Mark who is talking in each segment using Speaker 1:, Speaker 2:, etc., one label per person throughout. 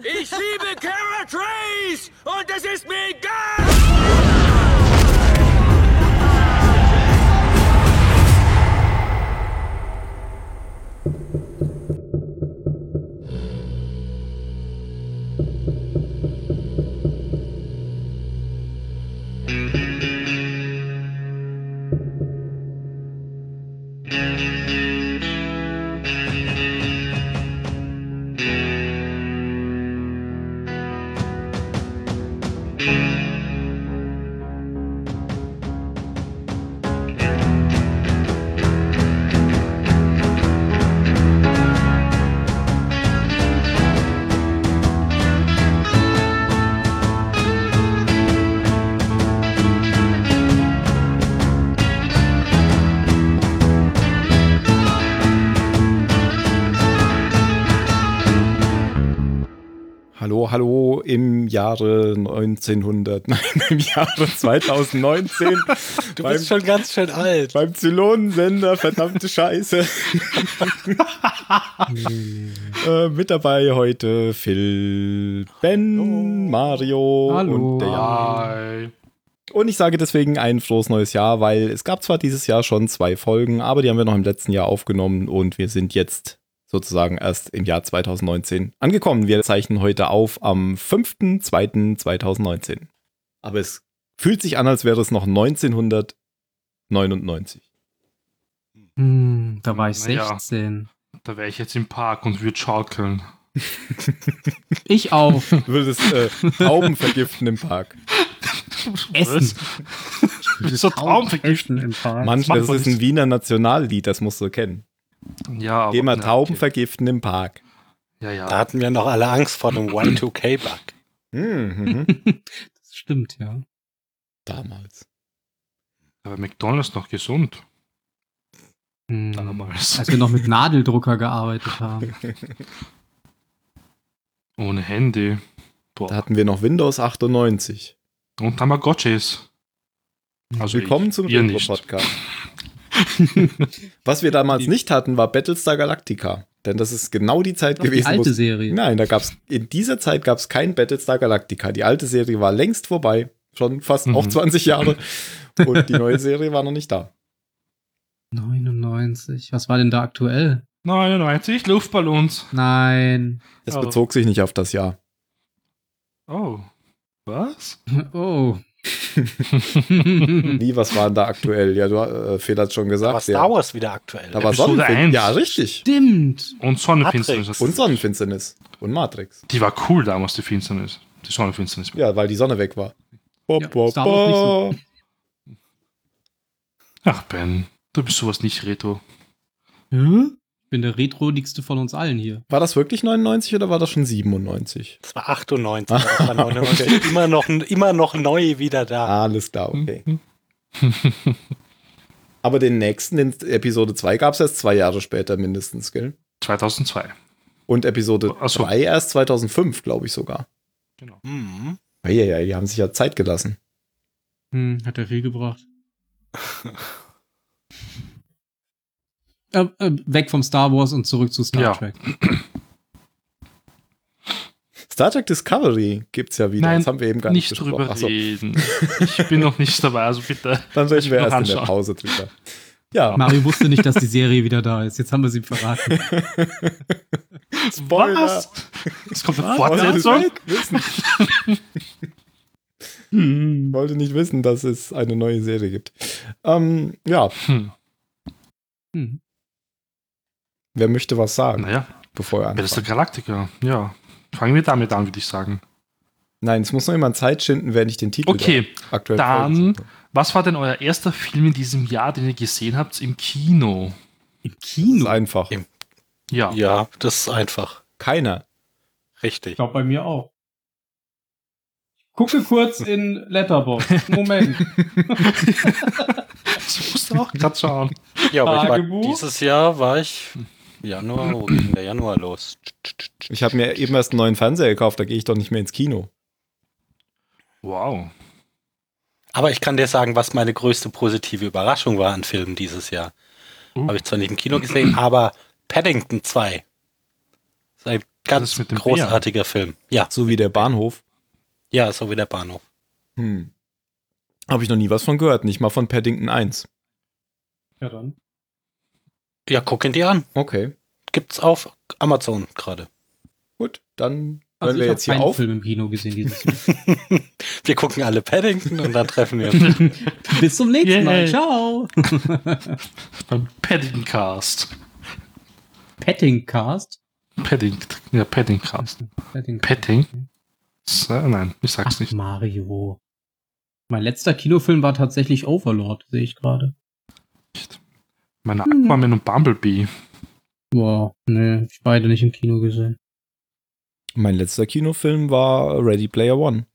Speaker 1: Ich liebe Kara Trace! Und es ist mir egal!
Speaker 2: Hallo, hallo, im Jahre 1900, nein, im Jahre 2019.
Speaker 3: Du
Speaker 2: beim,
Speaker 3: bist schon ganz schön alt.
Speaker 2: beim Zylonensender, verdammte Scheiße. äh, mit dabei heute Phil, Ben, Mario und der Jan.
Speaker 4: Hi.
Speaker 2: Und ich sage deswegen ein frohes neues Jahr, weil es gab zwar dieses Jahr schon zwei Folgen, aber die haben wir noch im letzten Jahr aufgenommen und wir sind jetzt sozusagen erst im Jahr 2019 angekommen. Wir zeichnen heute auf am 5.2.2019. Aber es fühlt sich an, als wäre es noch 1999.
Speaker 4: Hm,
Speaker 5: Da war ich
Speaker 4: Naja.
Speaker 5: 16.
Speaker 4: da wäre ich jetzt im Park und würde schaukeln.
Speaker 5: Ich auch.
Speaker 2: Du würdest äh, Tauben vergiften im Park.
Speaker 5: Essen.
Speaker 4: so traumvergiftet.
Speaker 5: Essen im Park.
Speaker 2: Mann,
Speaker 4: das macht
Speaker 2: das
Speaker 4: man
Speaker 2: ist ein
Speaker 4: nicht.
Speaker 2: Wiener Nationallied, das musst du kennen.
Speaker 4: Ja, aber,
Speaker 2: Geh mal
Speaker 4: na,
Speaker 2: Tauben
Speaker 4: okay.
Speaker 2: vergiften im Park.
Speaker 4: Ja,
Speaker 3: Da
Speaker 4: ja.
Speaker 3: hatten wir noch alle Angst vor dem Y2K-Bug.
Speaker 2: Mhm, mhm.
Speaker 5: Das stimmt, ja.
Speaker 2: Damals.
Speaker 4: Da war McDonalds noch gesund.
Speaker 5: Hm.
Speaker 4: Damals.
Speaker 5: Als wir noch mit Nadeldrucker gearbeitet haben.
Speaker 4: Ohne Handy.
Speaker 2: Da
Speaker 4: Boah.
Speaker 2: hatten wir noch Windows 98.
Speaker 4: Und Tamagotchis. Also
Speaker 2: Willkommen
Speaker 4: ich,
Speaker 2: zum
Speaker 4: ihr nicht.
Speaker 2: Retro-Podcast. Was wir damals nicht hatten, war Battlestar Galactica. Denn das ist genau die Zeit
Speaker 5: Doch, die
Speaker 2: gewesen,
Speaker 5: alte
Speaker 2: es-
Speaker 5: Serie.
Speaker 2: Nein, da gab's, in dieser Zeit gab es kein Battlestar Galactica. Die alte Serie war längst vorbei. Schon fast auch
Speaker 4: Mhm.
Speaker 2: 20 Jahre. Und die neue Serie war noch nicht da.
Speaker 5: 99. Was war denn da aktuell?
Speaker 4: 99 Luftballons.
Speaker 5: Nein.
Speaker 2: Es
Speaker 4: Oh.
Speaker 2: bezog sich nicht auf das Jahr.
Speaker 4: Oh. Was?
Speaker 5: Oh.
Speaker 2: Wie, was waren da aktuell? Ja, du äh, Phil hat schon gesagt.
Speaker 3: Aber
Speaker 2: ja.
Speaker 3: Star Wars wieder aktuell.
Speaker 2: Da war
Speaker 4: Episode
Speaker 2: Sonnenfinsternis.
Speaker 4: eins.
Speaker 2: Ja, richtig.
Speaker 5: Stimmt.
Speaker 4: Und Sonnenfinsternis.
Speaker 2: Und Sonnenfinsternis. Und Matrix.
Speaker 4: Die war cool damals, die Finsternis. Die Sonnenfinsternis.
Speaker 2: Ja, weil die Sonne weg war. Bo,
Speaker 5: Ja, Star Wars nicht so.
Speaker 4: Ach, Ben. Du bist sowas nicht retro.
Speaker 5: Hä? Ich bin der Retro-Digste von uns allen hier.
Speaker 2: War das wirklich 99 oder war das schon 97?
Speaker 3: Das war 98. Das war 99. immer, noch, immer noch neu wieder da.
Speaker 2: Alles klar,
Speaker 4: Hm.
Speaker 2: okay. Aber den nächsten, den Episode 2, gab es erst zwei Jahre später mindestens, gell?
Speaker 4: 2002.
Speaker 2: Und Episode
Speaker 4: Ach so.
Speaker 2: 3 erst 2005, glaube ich sogar.
Speaker 4: Genau.
Speaker 3: Mhm.
Speaker 2: Ja, ja, die haben sich ja Zeit gelassen.
Speaker 5: Hm, hat er viel gebracht. äh, äh, weg vom Star Wars und zurück zu Star
Speaker 4: Ja.
Speaker 5: Trek.
Speaker 2: Star Trek Discovery gibt es ja wieder.
Speaker 4: Nein,
Speaker 2: das haben wir eben gar nicht,
Speaker 4: Nicht
Speaker 2: besprochen.
Speaker 4: drüber
Speaker 2: Ach so,
Speaker 4: reden. Ich bin noch nicht dabei, also bitte.
Speaker 2: dann reden wir
Speaker 4: noch
Speaker 2: erst in der
Speaker 4: anschauen.
Speaker 2: Pause drüber. Ja,
Speaker 5: Mario wusste nicht, dass die Serie wieder da ist. Jetzt haben wir sie verraten.
Speaker 2: Spoiler.
Speaker 4: Was? Es kommt eine
Speaker 2: Wollte nicht
Speaker 4: Fortsetzung?
Speaker 2: wissen. Wollte nicht wissen, dass es eine neue Serie gibt. Ähm, ja,
Speaker 4: Hm.
Speaker 5: Hm.
Speaker 2: wer möchte was sagen,
Speaker 4: Naja,
Speaker 2: bevor er
Speaker 4: Battlestar
Speaker 2: anfängt?
Speaker 4: Galactica. Ja. Fangen wir damit an, würde ich sagen.
Speaker 2: Nein, es muss noch jemand Zeit schinden, während ich den Titel
Speaker 4: Okay,
Speaker 2: der aktuellen
Speaker 4: dann-
Speaker 2: Folge suche.
Speaker 4: was war denn euer erster Film in diesem Jahr, den ihr gesehen habt im Kino?
Speaker 5: Im
Speaker 2: Das ist
Speaker 5: Kino?
Speaker 2: einfach.
Speaker 3: Im-
Speaker 4: Ja.
Speaker 3: Ja, das ist einfach.
Speaker 2: Keiner.
Speaker 3: Richtig.
Speaker 5: glaube bei mir auch. Gucke kurz in Letterboxd. Moment.
Speaker 4: Ich musste auch gerade schauen.
Speaker 3: Ja, aber ich war,
Speaker 5: Tagebuch?
Speaker 3: dieses Jahr war ich Januar, wo ging der Januar los?
Speaker 2: Ich habe mir eben erst einen neuen Fernseher gekauft, da gehe ich doch nicht mehr ins Kino.
Speaker 4: Wow.
Speaker 3: Aber ich kann dir sagen, was meine größte positive Überraschung war an Filmen dieses Jahr.
Speaker 4: Uh.
Speaker 3: Habe ich zwar nicht im Kino gesehen, aber Paddington 2. Das ist ein Ganz
Speaker 4: das mit dem
Speaker 3: großartiger Film. Ja,
Speaker 2: So wie der Bahnhof.
Speaker 3: ja, so wie der Bahnhof.
Speaker 2: Hm. Habe ich noch nie was von gehört, nicht mal von Paddington 1.
Speaker 5: Ja, dann.
Speaker 3: Ja, guck ihn dir an.
Speaker 2: Okay,
Speaker 3: Gibt's auf Amazon gerade.
Speaker 2: gut, dann hören wir
Speaker 5: Also ich habe
Speaker 2: jetzt hier
Speaker 5: keinen
Speaker 2: auf.
Speaker 5: Film im Kino gesehen dieses Jahr.
Speaker 3: wir gucken alle Paddington und dann treffen wir uns.
Speaker 5: Bis zum nächsten Mal.
Speaker 4: Yay.
Speaker 5: Ciao.
Speaker 4: Beim Paddingcast.
Speaker 5: Pettingcast.
Speaker 4: Padding, ja, Paddingcast.
Speaker 5: Pettingcast.
Speaker 4: Padding? S- äh, Nein, ich sag's
Speaker 5: Ach,
Speaker 4: nicht.
Speaker 5: Mario. Mein letzter Kinofilm war tatsächlich Overlord, sehe ich gerade.
Speaker 4: Meine Aquaman und Bumblebee.
Speaker 5: Boah, nee, hab ich beide nicht im Kino gesehen.
Speaker 2: Mein letzter Kinofilm war Ready Player One.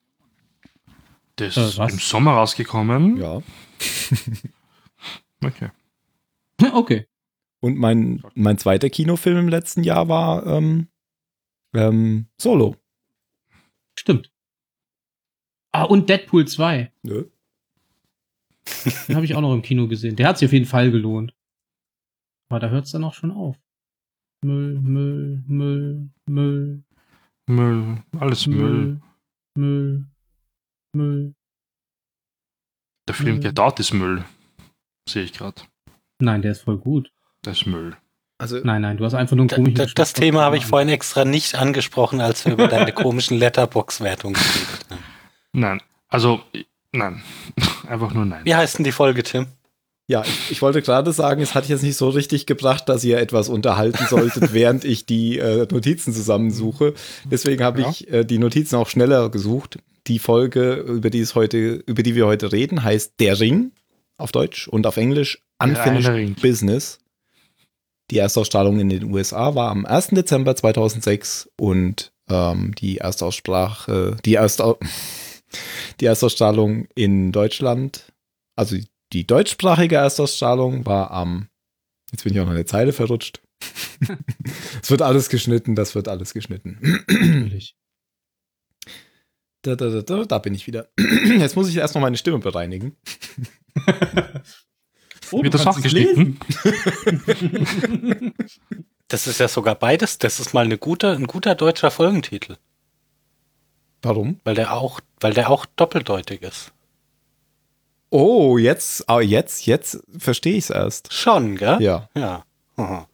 Speaker 4: Der ist
Speaker 5: Äh, was?
Speaker 4: im Sommer rausgekommen.
Speaker 2: Ja.
Speaker 4: Okay.
Speaker 5: Okay.
Speaker 2: Und mein, mein zweiter Kinofilm im letzten Jahr war ähm, ähm, Solo.
Speaker 5: Stimmt. Ah, und Deadpool 2.
Speaker 2: Nö.
Speaker 5: Den habe ich auch noch im Kino gesehen. Der hat sich auf jeden Fall gelohnt. Aber da hört es dann auch schon auf. Müll, Müll, Müll, Müll,
Speaker 4: Müll. Alles Müll.
Speaker 5: Müll, Müll, Müll.
Speaker 4: Der Film
Speaker 5: Müll.
Speaker 4: Get Out ist Müll. Sehe ich gerade.
Speaker 5: Nein, der ist voll gut.
Speaker 4: Das ist Müll.
Speaker 2: Also,
Speaker 5: Nein, nein, du hast einfach nur einen
Speaker 3: Da-
Speaker 5: komischen
Speaker 3: da- Das
Speaker 5: Geschmack.
Speaker 3: Thema habe ich vorhin extra nicht angesprochen, als wir über deine komischen Letterbox-Wertungen geredet haben.
Speaker 4: Nein. Also, i- nein. Einfach nur nein.
Speaker 3: Wie heißt denn die Folge, Tim?
Speaker 2: ja, ich, ich wollte gerade sagen, es hat jetzt nicht so richtig gebracht, dass ihr etwas unterhalten solltet, während ich die äh, Notizen zusammensuche. Deswegen habe
Speaker 4: Ja.
Speaker 2: ich äh, die Notizen auch schneller gesucht. Die Folge, über die, es heute, über die wir heute reden, heißt Der Ring auf Deutsch und auf Englisch Unfinished
Speaker 4: Reiner Ring.
Speaker 2: Business. Die Erstausstrahlung in den USA war am 1. Dezember 2006 und ähm, die Erstaussprache, die, Erstau die Erstausstrahlung in Deutschland, also die deutschsprachige Erstausstrahlung war am, jetzt bin ich auch noch eine Zeile verrutscht. es wird alles geschnitten, das wird alles geschnitten.
Speaker 5: Natürlich.
Speaker 2: da, da, da, da, da bin ich wieder. jetzt muss ich erst noch meine Stimme bereinigen.
Speaker 5: Oh,
Speaker 4: Wird das
Speaker 5: kannst es
Speaker 4: nachgeschnitten?
Speaker 5: lesen.
Speaker 3: Das ist ja sogar beides. Das ist mal eine gute, ein guter deutscher Folgentitel,
Speaker 2: Warum?
Speaker 3: weil der auch, weil der auch doppeldeutig ist.
Speaker 2: Oh, jetzt, ah, jetzt, jetzt verstehe ich es erst.
Speaker 3: Schon, gell?
Speaker 2: Ja.
Speaker 3: Ja. Aha.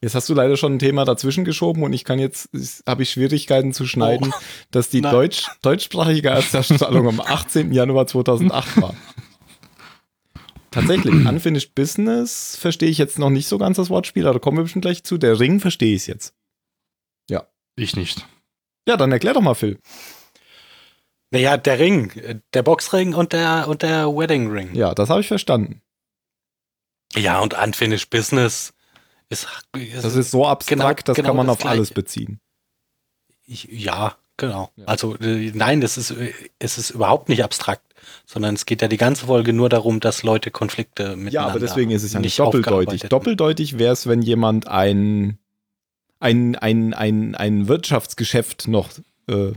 Speaker 2: Jetzt hast du leider schon ein Thema dazwischen geschoben und ich kann jetzt, ist- habe ich Schwierigkeiten zu schneiden, dass die
Speaker 3: Oh. Nein.
Speaker 2: Deutsch, deutschsprachige Erstausstrahlung am 18. Januar 2008 war. Tatsächlich, Unfinished Business verstehe ich jetzt noch nicht so ganz das Wortspiel, aber da kommen wir bestimmt gleich zu. Der Ring verstehe ich jetzt.
Speaker 4: Ich nicht.
Speaker 2: Ja, dann erklär doch mal, Phil.
Speaker 3: Naja, der Ring, äh, der Boxring und der und der Wedding Ring.
Speaker 2: Ja, das habe ich verstanden.
Speaker 3: Ja, und Unfinished Business ist, ist,
Speaker 2: Das ist so abstrakt, das
Speaker 3: genau
Speaker 2: kann man
Speaker 3: das
Speaker 2: auf alles
Speaker 3: Gleiche.
Speaker 2: beziehen.
Speaker 3: ich, ja, genau.
Speaker 2: Ja.
Speaker 3: Also äh, nein, das ist äh, es ist überhaupt nicht abstrakt, sondern es geht ja die ganze Folge nur darum, dass Leute Konflikte miteinander
Speaker 2: Ja, aber deswegen ist es ja nicht doppeldeutig.
Speaker 3: aufgearbeitet haben.
Speaker 2: Doppeldeutig wäre es, wenn jemand ein, ein, ein, ein, ein Wirtschaftsgeschäft noch äh,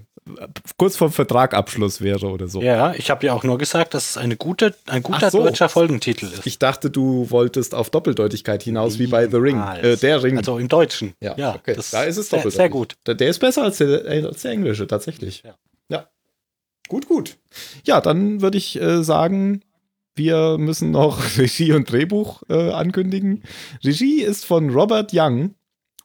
Speaker 2: kurz vor Vertragabschluss wäre oder so.
Speaker 3: Ja, ich habe ja auch nur gesagt, dass es eine gute, ein guter
Speaker 2: Ach so.
Speaker 3: deutscher Folgentitel ist.
Speaker 2: Ich dachte, du wolltest auf Doppeldeutigkeit hinaus, wie bei The Ring. Äh, der Ring.
Speaker 3: Also im Deutschen.
Speaker 2: ja, okay.
Speaker 3: das-
Speaker 2: da ist es
Speaker 3: sehr,
Speaker 2: doppeldeutig.
Speaker 3: sehr gut.
Speaker 2: Der, der ist besser als der, als der englische, tatsächlich.
Speaker 3: Ja.
Speaker 2: Ja. Gut, gut. Ja, dann würde ich äh, sagen, wir müssen noch Regie und Drehbuch äh, ankündigen. Regie ist von Robert Young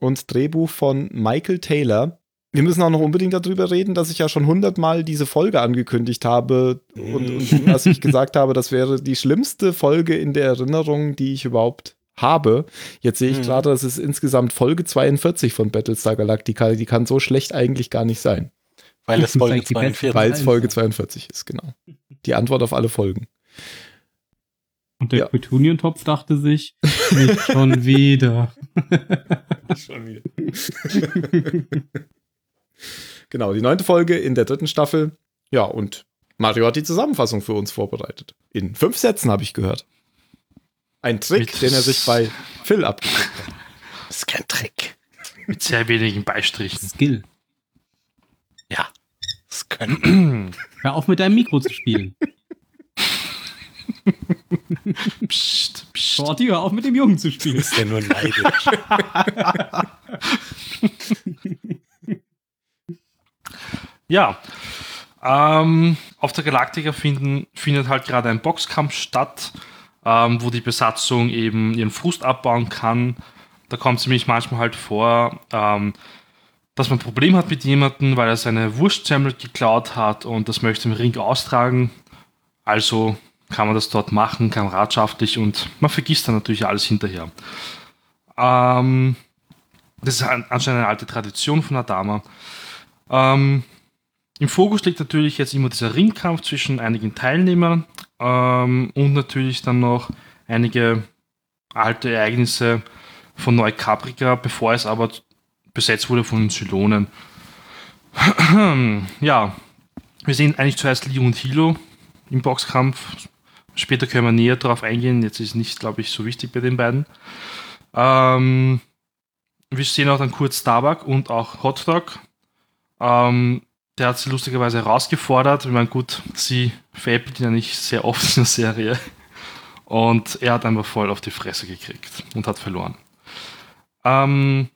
Speaker 2: und Drehbuch von Michael Taylor. Wir müssen auch noch unbedingt darüber reden, dass ich ja schon hundertmal diese Folge angekündigt habe und,
Speaker 3: Mm.
Speaker 2: und dass ich gesagt habe, das wäre die schlimmste Folge in der Erinnerung, die ich überhaupt habe. Jetzt sehe ich
Speaker 3: Mhm.
Speaker 2: gerade, das ist insgesamt Folge 42 von Battlestar Galactica. Die kann so schlecht eigentlich gar nicht sein,
Speaker 3: Weil es Folge
Speaker 5: Vielleicht die beste
Speaker 3: 42
Speaker 2: weil es
Speaker 5: Nein,
Speaker 2: Folge
Speaker 5: ja.
Speaker 2: 42 ist, genau. Die Antwort auf alle Folgen.
Speaker 5: Und der
Speaker 2: Ja.
Speaker 5: Petunientopf dachte sich, nicht schon wieder.
Speaker 2: Genau, die neunte Folge in der dritten Staffel. Ja, und Mario hat die Zusammenfassung für uns vorbereitet. In fünf Sätzen habe ich gehört. Ein Trick,
Speaker 4: Mit-
Speaker 2: den er sich bei Phil ab.
Speaker 3: ist kein Trick.
Speaker 4: Mit sehr wenigen Beistrichen.
Speaker 5: Skill.
Speaker 3: Ja. Das können.
Speaker 5: Hör auf mit deinem Mikro zu spielen.
Speaker 4: Psst, psst.
Speaker 5: Shorty, hör auf mit dem Jungen zu spielen.
Speaker 3: ist ja nur neidisch.
Speaker 4: Ja. Ähm, auf der Galaktika finden, findet halt gerade ein Boxkampf statt, ähm, wo die Besatzung eben ihren Frust abbauen kann. Da kommt es nämlich manchmal halt vor, ähm, dass man ein Problem hat mit jemandem, weil er seine Wurstsemmel geklaut hat und das möchte im Ring austragen. Also kann man das dort machen, kameradschaftlich und man vergisst dann natürlich alles hinterher. Ähm, das ist an- anscheinend eine alte Tradition von Adama. Ähm, Im Fokus liegt natürlich jetzt immer dieser Ringkampf zwischen einigen Teilnehmern ähm, und natürlich dann noch einige alte Ereignisse von Neukaprika, bevor es aber t- besetzt wurde von den Zylonen. ja, wir sehen eigentlich zuerst Leo und Hilo im Boxkampf. Später können wir näher darauf eingehen. Jetzt ist nicht, glaube ich, so wichtig bei den beiden. Ähm, wir sehen auch dann kurz Starbuck und auch Hotdog. Ähm, der hat sie lustigerweise herausgefordert. Ich meine, gut, sie veräppelt ihn ja nicht sehr oft in der Serie. Und er hat einfach voll auf die Fresse gekriegt und hat verloren. Ähm,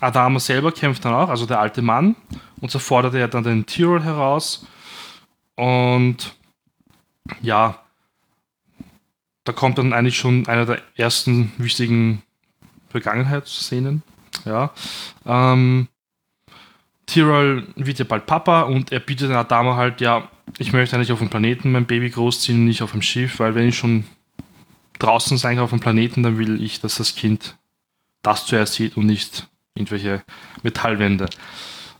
Speaker 4: Adama selber kämpft dann auch, also der alte Mann. Und so fordert er dann den Tyrol heraus. Und ja, da kommt dann eigentlich schon einer der ersten wichtigen Vergangenheitsszenen. Ja. Ähm, Tyrell wird ja bald Papa und er bietet der Dame halt, ja, ich möchte eigentlich auf dem Planeten mein Baby großziehen und nicht auf dem Schiff, weil wenn ich schon draußen sein kann auf dem Planeten, dann will ich, dass das Kind das zuerst sieht und nicht irgendwelche Metallwände.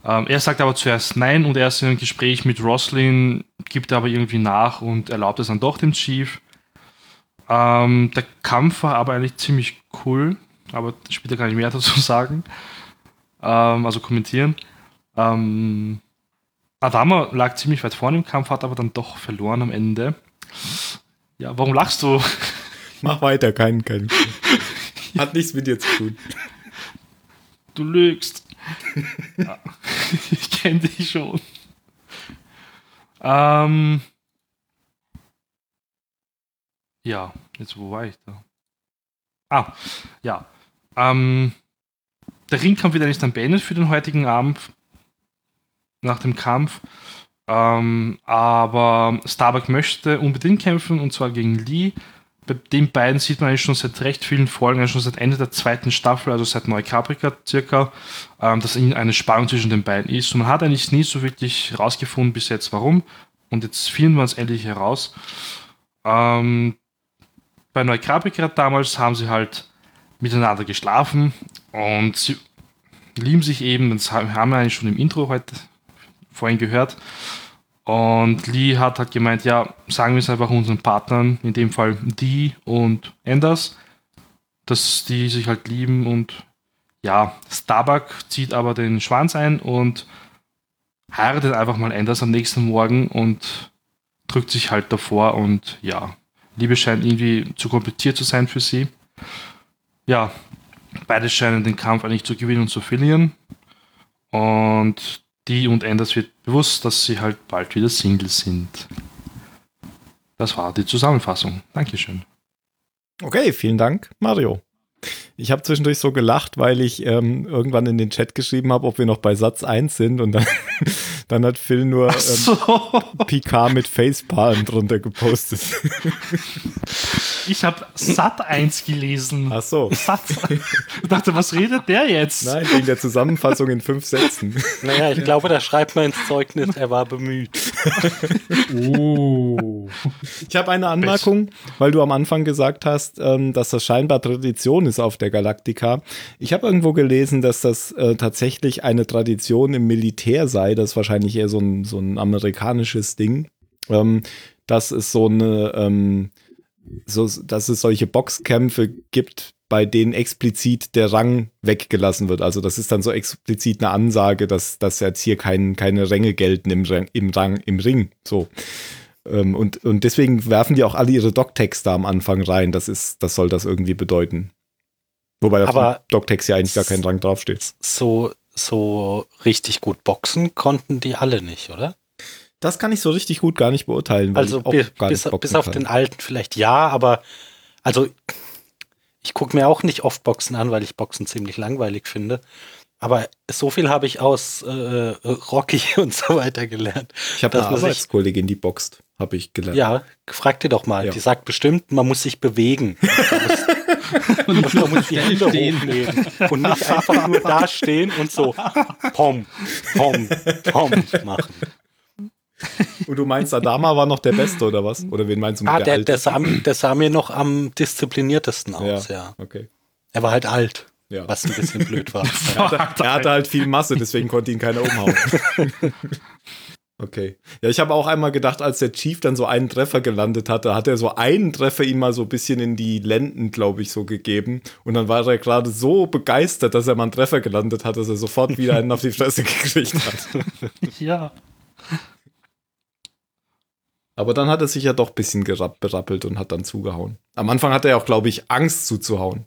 Speaker 4: Ähm, er sagt aber zuerst nein und erst in einem Gespräch mit Roslin gibt er aber irgendwie nach und erlaubt es dann doch dem Chief. Ähm, der Kampf war aber eigentlich ziemlich cool, aber später kann ich mehr dazu sagen. Ähm, also kommentieren. Ähm, Adama lag ziemlich weit vorne im Kampf, hat aber dann doch verloren am Ende. Ja, warum lachst du?
Speaker 2: Mach weiter, keinen, keinen. Hat nichts mit dir zu tun.
Speaker 4: Du lügst. Ja. ich kenne dich schon. Ähm. Ja, jetzt wo war ich da? Ah, ja. Ähm, der Ringkampf wird eigentlich dann beendet für den heutigen Abend. Nach dem Kampf. Ähm, aber Starbuck möchte unbedingt kämpfen und zwar gegen Lee. Bei den beiden sieht man eigentlich schon seit recht vielen Folgen, eigentlich schon seit Ende der zweiten Staffel, also seit Neukaprika circa, ähm, dass irgendwie eine Spannung zwischen den beiden ist. Und man hat eigentlich nie so wirklich rausgefunden bis jetzt, warum. Und jetzt finden wir es endlich heraus. Ähm, bei Neukaprika damals haben sie halt miteinander geschlafen und sie lieben sich eben. Das haben haben wir eigentlich schon im Intro heute vorhin gehört. Und Lee hat halt gemeint, ja, sagen wir es einfach unseren Partnern, in dem Fall die und Anders, dass die sich halt lieben und ja, Starbuck zieht aber den Schwanz ein und heiratet einfach mal Anders am nächsten Morgen und drückt sich halt davor und ja, Liebe scheint irgendwie zu kompliziert zu sein für sie. Ja, beide scheinen den Kampf eigentlich zu gewinnen und zu verlieren. Und die und Anders wird bewusst, dass sie halt bald wieder Single sind. Das war die Zusammenfassung.
Speaker 2: Äh,
Speaker 4: Dankeschön.
Speaker 2: ähm, Okay, vielen Dank, Mario. Ich habe zwischendurch so gelacht, weil ich ähm, irgendwann in den Chat geschrieben habe, ob wir noch bei Satz 1 sind und dann, dann hat Phil nur ähm, PK mit Facepalm drunter gepostet.
Speaker 4: ich habe Sat 1 gelesen.
Speaker 2: Ach so.
Speaker 4: Sat. Ich dachte, was redet der jetzt?
Speaker 2: Äh, Nein, wegen der Zusammenfassung in fünf Sätzen.
Speaker 3: Naja, ich glaube, da schreibt man ins Zeugnis, er war bemüht.
Speaker 5: Oh.
Speaker 2: Ich habe eine Anmerkung, weil du am Anfang gesagt hast, ähm, dass das scheinbar Tradition ist auf der Galaktika. Ich habe irgendwo gelesen, dass das äh, tatsächlich eine Tradition im Militär sei. Das ist wahrscheinlich eher so ein, so ein amerikanisches Ding. Ähm, dass es so eine, ähm, so, dass es solche Boxkämpfe gibt, bei denen explizit der Rang weggelassen wird. Also das ist dann so explizit eine Ansage, dass, dass jetzt hier kein, keine Ränge gelten im, Rang- im Rang, im Ring. So. Ähm, und, und deswegen werfen die auch alle ihre Doc-Tags da am Anfang rein. Das, ist, das soll das irgendwie bedeuten. Wobei auf
Speaker 3: Aber-
Speaker 2: dem Doc-Tags ja eigentlich gar kein Rang draufsteht.
Speaker 3: So, so richtig gut boxen konnten die alle nicht, oder?
Speaker 2: Das kann ich so richtig gut gar nicht beurteilen. Weil
Speaker 3: Also
Speaker 2: ich auch
Speaker 3: bi-
Speaker 2: gar
Speaker 3: bis,
Speaker 2: nicht boxen
Speaker 3: bis auf
Speaker 2: kann.
Speaker 3: den alten vielleicht ja, aber also ich gucke mir auch nicht oft Boxen an, weil ich Boxen ziemlich langweilig finde. Aber so viel habe ich aus äh, Rocky und so weiter gelernt.
Speaker 2: Ich habe
Speaker 3: Das
Speaker 2: eine
Speaker 3: muss ich-
Speaker 2: Arbeitskollegin, die boxt, habe ich gelernt.
Speaker 3: Ja, frag die doch mal.
Speaker 2: Ja.
Speaker 3: Die sagt bestimmt, man muss sich bewegen.
Speaker 5: Und ich
Speaker 3: Man muss die Hände hochnehmen und nicht einfach nur dastehen und so pom, pom, pom machen.
Speaker 2: Und du meinst, Adama war noch der Beste oder was? Oder wen meinst du mit
Speaker 3: Ah,
Speaker 2: der,
Speaker 3: der,
Speaker 2: Alte?
Speaker 3: der, sah, der sah mir noch am diszipliniertesten aus, ja.
Speaker 2: Okay.
Speaker 3: Er war halt alt,
Speaker 2: Ja.
Speaker 3: was ein bisschen blöd war.
Speaker 2: Er hatte halt viel Masse, deswegen konnte ihn keiner umhauen. Okay. Ja, ich habe auch einmal gedacht, als der Chief dann so einen Treffer gelandet hatte, hat er so einen Treffer ihm mal so ein bisschen in die Lenden, glaube ich, so gegeben. Und dann war er gerade so begeistert, dass er mal einen Treffer gelandet hat, dass er sofort wieder einen auf die Fresse gekriegt hat.
Speaker 4: Ja.
Speaker 2: Aber dann hat er sich ja doch ein bisschen gerapp- berappelt und hat dann zugehauen. Am Anfang hatte er auch, glaube ich, Angst zuzuhauen,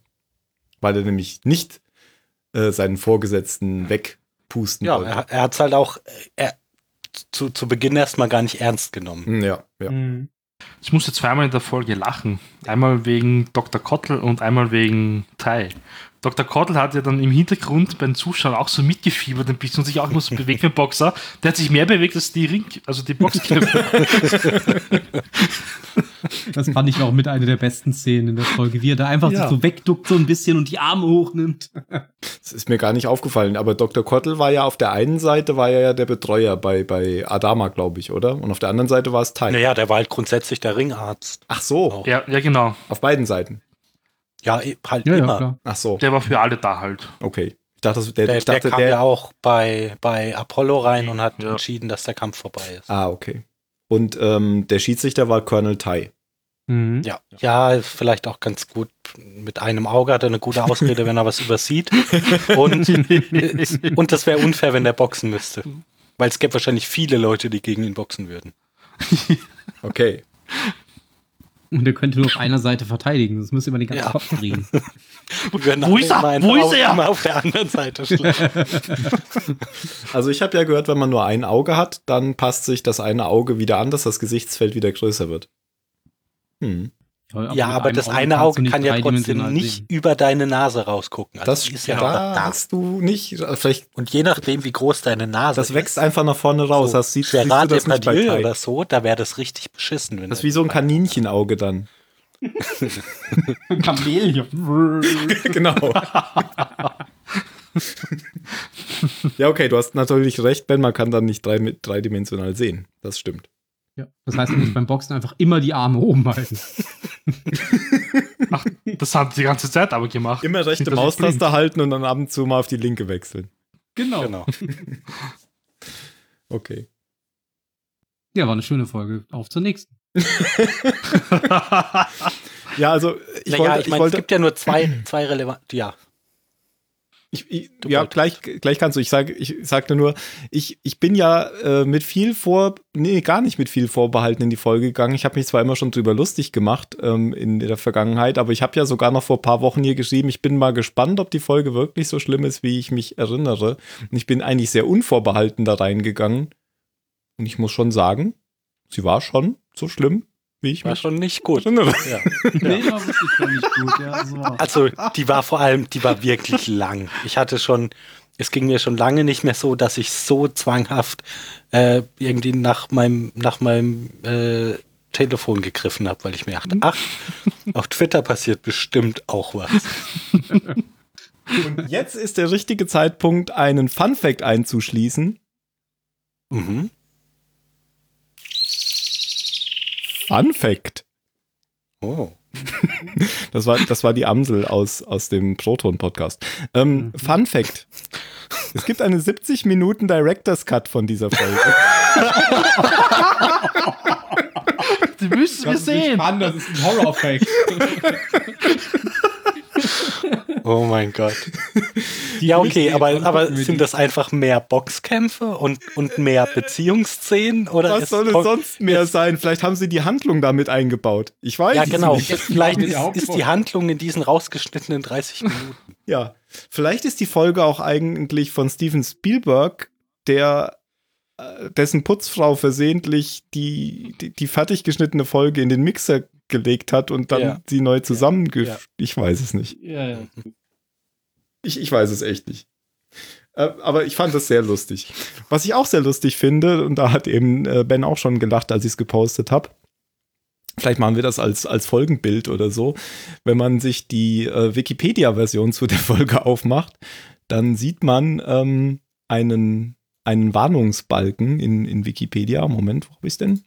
Speaker 2: weil er nämlich nicht äh, seinen Vorgesetzten wegpusten
Speaker 3: Ja,
Speaker 2: wollte.
Speaker 3: er, er hat es halt auch äh, er, zu, zu Beginn erstmal gar nicht ernst genommen.
Speaker 2: Hm, Ja, ja.
Speaker 5: Mhm.
Speaker 4: Ich musste zweimal in der Folge lachen. Einmal wegen Dr. Kottl und einmal wegen Tai. Dr. Kottl hat ja dann im Hintergrund beim Zuschauen auch so mitgefiebert ein bisschen und sich auch immer so bewegt mit dem Boxer. Der hat sich mehr bewegt als die Ring, also die Boxkämpfer.
Speaker 5: Das fand ich auch mit einer der besten Szenen in der Folge, wie er da einfach
Speaker 4: Ja.
Speaker 5: sich so wegduckt so ein bisschen und die Arme hochnimmt.
Speaker 2: Das ist mir gar nicht aufgefallen. Aber Dr. Kottl war ja auf der einen Seite, war er ja der Betreuer bei, bei Adama, glaube ich, oder? Und auf der anderen Seite war es Teil.
Speaker 3: Naja, der war halt grundsätzlich der Ringarzt.
Speaker 2: Ach so,
Speaker 3: Auch.
Speaker 4: ja, ja, genau.
Speaker 2: auf beiden Seiten.
Speaker 3: Ja, eh, halt immer.
Speaker 2: Ach so,
Speaker 4: Der war für alle da halt.
Speaker 2: okay. Ich dachte, das- der,
Speaker 3: Der,
Speaker 2: ich dachte,
Speaker 3: der kam
Speaker 2: der,
Speaker 3: ja auch bei, bei Apollo rein und hat
Speaker 4: Ja.
Speaker 3: entschieden, dass der Kampf vorbei ist.
Speaker 2: Ah, okay. Und ähm, der Schiedsrichter war Colonel Tai.
Speaker 5: Mhm.
Speaker 3: Ja. ja, vielleicht auch ganz gut. Mit einem Auge hat er eine gute Ausrede, wenn er was übersieht. Und, und das wäre unfair, wenn der boxen müsste. Weil es gäbe wahrscheinlich viele Leute, die gegen ihn boxen würden.
Speaker 2: Okay.
Speaker 5: Und er könnte nur auf einer Seite verteidigen, sonst müsste man den ganzen
Speaker 3: Ja.
Speaker 5: Kopf drehen.
Speaker 3: Die würden
Speaker 4: Wo ist er?
Speaker 3: alle immer einen
Speaker 4: Wo ist
Speaker 3: Auge-
Speaker 4: er?
Speaker 3: Immer auf der anderen Seite schlagen.
Speaker 2: Also ich habe ja gehört, wenn man nur ein Auge hat, dann passt sich das eine Auge wieder an, dass das Gesichtsfeld wieder größer wird. Hm.
Speaker 3: Ja,
Speaker 5: mit
Speaker 3: aber
Speaker 5: einem
Speaker 3: das eine
Speaker 5: kannst du
Speaker 3: Auge
Speaker 5: nicht
Speaker 3: kann ja
Speaker 5: dreidimensional
Speaker 3: trotzdem nicht
Speaker 5: sehen.
Speaker 3: über deine Nase rausgucken. Also
Speaker 2: Das
Speaker 3: die
Speaker 2: ja, da hast du nicht. äh, Vielleicht,
Speaker 3: Und je nachdem, wie groß deine Nase
Speaker 2: das wächst
Speaker 3: ist,
Speaker 2: einfach nach vorne raus. das sieht, siehst du
Speaker 3: Gerard
Speaker 2: das nicht bei
Speaker 3: Depardieu
Speaker 2: Tai.
Speaker 3: oder so, da wäre das richtig beschissen. Wenn
Speaker 2: Das ist
Speaker 3: er-
Speaker 2: wie so ein Kaninchenauge dann.
Speaker 5: Chamäleon.
Speaker 2: genau. ja, okay, du hast natürlich recht, Ben, man kann dann nicht drei, dreidimensional sehen. Das stimmt.
Speaker 5: Ja. Das heißt, man muss beim Boxen einfach immer die Arme oben halten.
Speaker 4: Ach, das haben die die ganze Zeit aber gemacht.
Speaker 2: Immer rechte
Speaker 4: Sind das nicht
Speaker 2: Maustaste halten und dann ab und zu mal auf die linke wechseln.
Speaker 5: Genau.
Speaker 3: Genau.
Speaker 2: Okay.
Speaker 5: Ja, war eine schöne Folge. Auf zur nächsten.
Speaker 2: Ja, also ich
Speaker 3: naja,
Speaker 2: wollte,
Speaker 3: ich meine,
Speaker 2: ich
Speaker 3: es
Speaker 2: wollte,
Speaker 3: gibt ja nur zwei, zwei relevante. Ja,
Speaker 2: ich, ich,
Speaker 3: du
Speaker 2: ja,
Speaker 3: wolltest.
Speaker 2: gleich, gleich kannst du. Ich sage, ich sagte nur, ich, ich bin ja äh, mit viel vor, nee, gar nicht mit viel Vorbehalten in die Folge gegangen. Ich habe mich zwar immer schon drüber lustig gemacht ähm, in der Vergangenheit, aber ich habe ja sogar noch vor ein paar Wochen hier geschrieben, ich bin mal gespannt, ob die Folge wirklich so schlimm ist, wie ich mich erinnere. Und ich bin eigentlich sehr unvorbehalten da reingegangen. Und ich muss schon sagen, sie war schon so schlimm, wie ich
Speaker 3: war
Speaker 2: mich
Speaker 3: schon nicht gut.
Speaker 2: erinnere.
Speaker 3: Ja.
Speaker 5: Nee, war wirklich schon nicht gut. Ja, so.
Speaker 3: Also, die war vor allem, die war wirklich lang. Ich hatte schon, es ging mir schon lange nicht mehr so, dass ich so zwanghaft äh, irgendwie nach meinem, nach meinem äh, Telefon gegriffen habe, weil ich mir dachte,
Speaker 2: Mhm.
Speaker 3: ach, auf Twitter passiert bestimmt auch was.
Speaker 2: Und jetzt ist der richtige Zeitpunkt, einen Fun Fact einzuschließen.
Speaker 3: Mhm.
Speaker 2: Fun Fact.
Speaker 3: Oh.
Speaker 2: Das war, das war die Amsel aus, aus dem Proton-Podcast. Ähm, Fun Fact. Es gibt eine 70 Minuten Director's Cut von dieser Folge.
Speaker 4: Die müssen wir sehen.
Speaker 5: das ist ein Horrorfake.
Speaker 3: Oh mein Gott. ja, okay, aber, aber sind das einfach mehr Boxkämpfe und, und mehr Beziehungsszenen? Oder
Speaker 2: Was
Speaker 3: ist-
Speaker 2: soll es
Speaker 3: kommt-
Speaker 2: sonst mehr sein? Vielleicht haben sie die Handlung damit eingebaut. Ich weiß
Speaker 3: Ja,
Speaker 2: es
Speaker 3: genau.
Speaker 2: nicht.
Speaker 3: Vielleicht
Speaker 5: die
Speaker 3: ist, ist die
Speaker 5: Hauptfolge.
Speaker 3: Handlung in diesen rausgeschnittenen 30 Minuten.
Speaker 2: Ja. Vielleicht ist die Folge auch eigentlich von Steven Spielberg, der äh, dessen Putzfrau versehentlich die, die, die fertig geschnittene Folge in den Mixer gelegt hat und dann
Speaker 3: Ja.
Speaker 2: sie neu zusammenge...
Speaker 3: Ja.
Speaker 2: Ich weiß es nicht.
Speaker 5: Ja, ja.
Speaker 2: Ich, ich weiß es echt nicht. Äh, aber ich fand das sehr lustig. Was ich auch sehr lustig finde, und da hat eben äh, Ben auch schon gelacht, als ich es gepostet habe. Vielleicht machen wir das als, als Folgenbild oder so. Wenn man sich die äh, Wikipedia-Version zu der Folge aufmacht, dann sieht man ähm, einen, einen Warnungsbalken in, in Wikipedia. Moment, wo habe ich es denn?